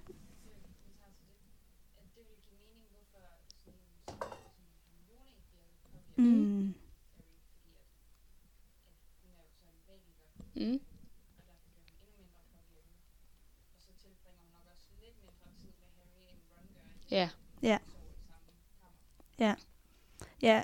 A: mm.
B: Mm. Ja,
A: ja,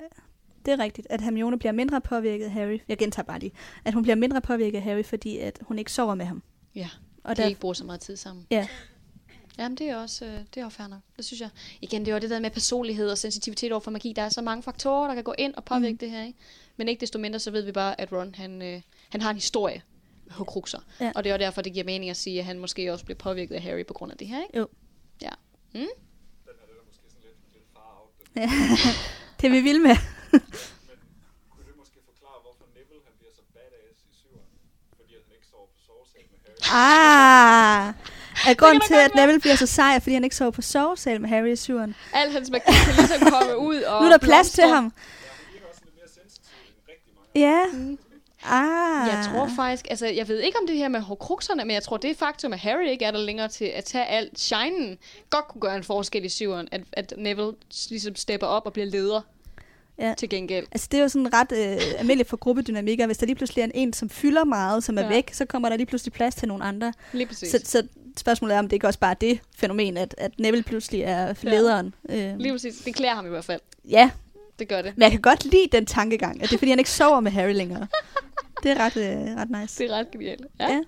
A: det er rigtigt, at Hermione bliver mindre påvirket af Harry. Jeg gentager bare lige, at hun bliver mindre påvirket af Harry, fordi at hun ikke sover med ham.
B: Ja,
A: og
B: de
A: der,
B: ikke bruger så meget tid sammen.
A: Ja.
B: Jamen, det er også øh, det er også fair nok. Det synes jeg. Igen, det er jo det der med personlighed og sensitivitet over for magi. Der er så mange faktorer, der kan gå ind og påvirke mm.
A: Mhm.
B: det her. Ikke? Men ikke desto mindre, så ved vi bare, at Ron han, øh, han har en historie med hukrukser.
A: Ja.
B: Og det er jo derfor, det giver mening at sige, at han måske også bliver påvirket af Harry på grund af det her. Ikke?
A: Jo.
B: Ja. Mm?
D: Den her, den er måske sådan lidt, lidt far out. Den.
A: det er vi vilde med.
D: Men kunne det måske forklare, hvorfor Neville han bliver så badass i syveren? Fordi at han ikke sover på sovesalen med Harry.
A: Ah! Er grund
B: da
A: til,
B: godt
A: at Neville bliver så sej, er, fordi han ikke sover på sovesal med Harry i syveren.
B: Al hans magi kan ligesom komme ud. Og
A: Nu er der plads til
B: blomstre.
A: ham.
D: Ja, han virker også lidt mere sensitiv end rigtig mange.
A: Ja.
B: Mm.
A: Ah.
B: Jeg tror faktisk, altså jeg ved ikke om det her med hårdkrukserne, men jeg tror det faktum, at Harry ikke er der længere til at tage alt shinen, godt kunne gøre en forskel i syveren, at, at Neville s- ligesom stepper op og bliver leder
A: Ja.
B: til gengæld.
A: Altså, det er jo sådan ret øh, almindeligt for gruppedynamikker. Hvis der lige pludselig er en, en, som fylder meget, som er
B: Ja.
A: ja. væk, så kommer der lige pludselig plads til nogle andre.
B: Lige præcis.
A: Så, så spørgsmålet er, om det ikke også bare er det fænomen, at, at Neville pludselig er
B: Ja.
A: lederen. Ja.
B: Lige
A: Øh,
B: præcis. Det klæder ham i hvert fald.
A: ja,
B: Det gør det.
A: men jeg kan godt lide den tankegang, at det er, fordi han ikke sover med Harry længere. Det er ret, øh, ret nice.
B: Det er ret genialt. Ja.
A: Ja.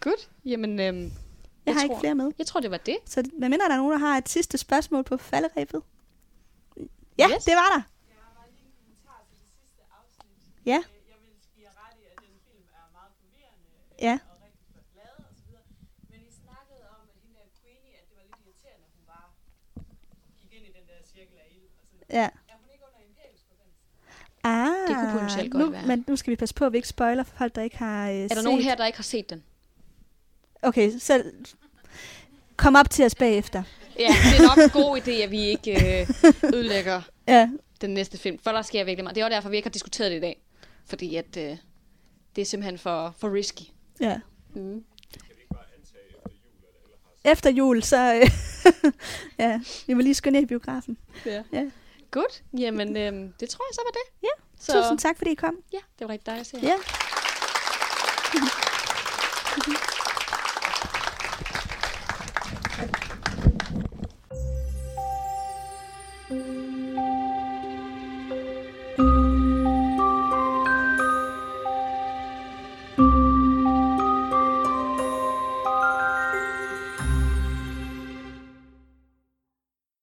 B: Godt. Jamen, øhm,
A: Jeg har
B: tror,
A: ikke flere med.
B: Jeg tror, det var det.
A: Så hvad mindre der er nogen, der har et sidste spørgsmål på falderæbet? Ja,
B: Yes.
A: yes. det var der.
C: Jeg har bare lige en kommentar til det sidste afsnit,
A: Ja.
F: Øh, Jeg vil give jer ret i, at den film er meget forvirrende øh,
A: Ja.
F: og rigtig flot lavet og så videre. Men I snakkede om, at hende der Queenie, at det var lidt irriterende, at hun bare gik ind i den der cirkel af ild og sådan noget.
A: Ja.
F: Er hun ikke under imperisk forbindelse?
A: Ah,
B: Det kunne potentielt
A: nu,
B: godt være.
A: Men nu skal vi passe på, at vi ikke spoiler for folk, der ikke har øh,
B: Er der nogen her, der ikke har set den?
A: Okay, så kom op til os bagefter.
B: Ja, det er nok en god idé, at vi ikke øh, ødelægger
A: Ja,
B: den næste film, for der sker virkelig meget. Det er også derfor, vi ikke har diskuteret det i dag, fordi at, øh, det er simpelthen for, for risky.
A: ja.
B: Mm.
D: Kan vi ikke bare antage efter jul, eller, eller har
A: Efter jul, så... Øh, ja, vi må lige skynde ned i biografen.
B: Ja.
A: Ja.
B: Godt. Jamen, øh, det tror jeg så var det.
A: Ja,
B: så,
A: Tusind tak, fordi I kom.
B: Ja, det var rigtig dejligt at se jer.
A: Ja.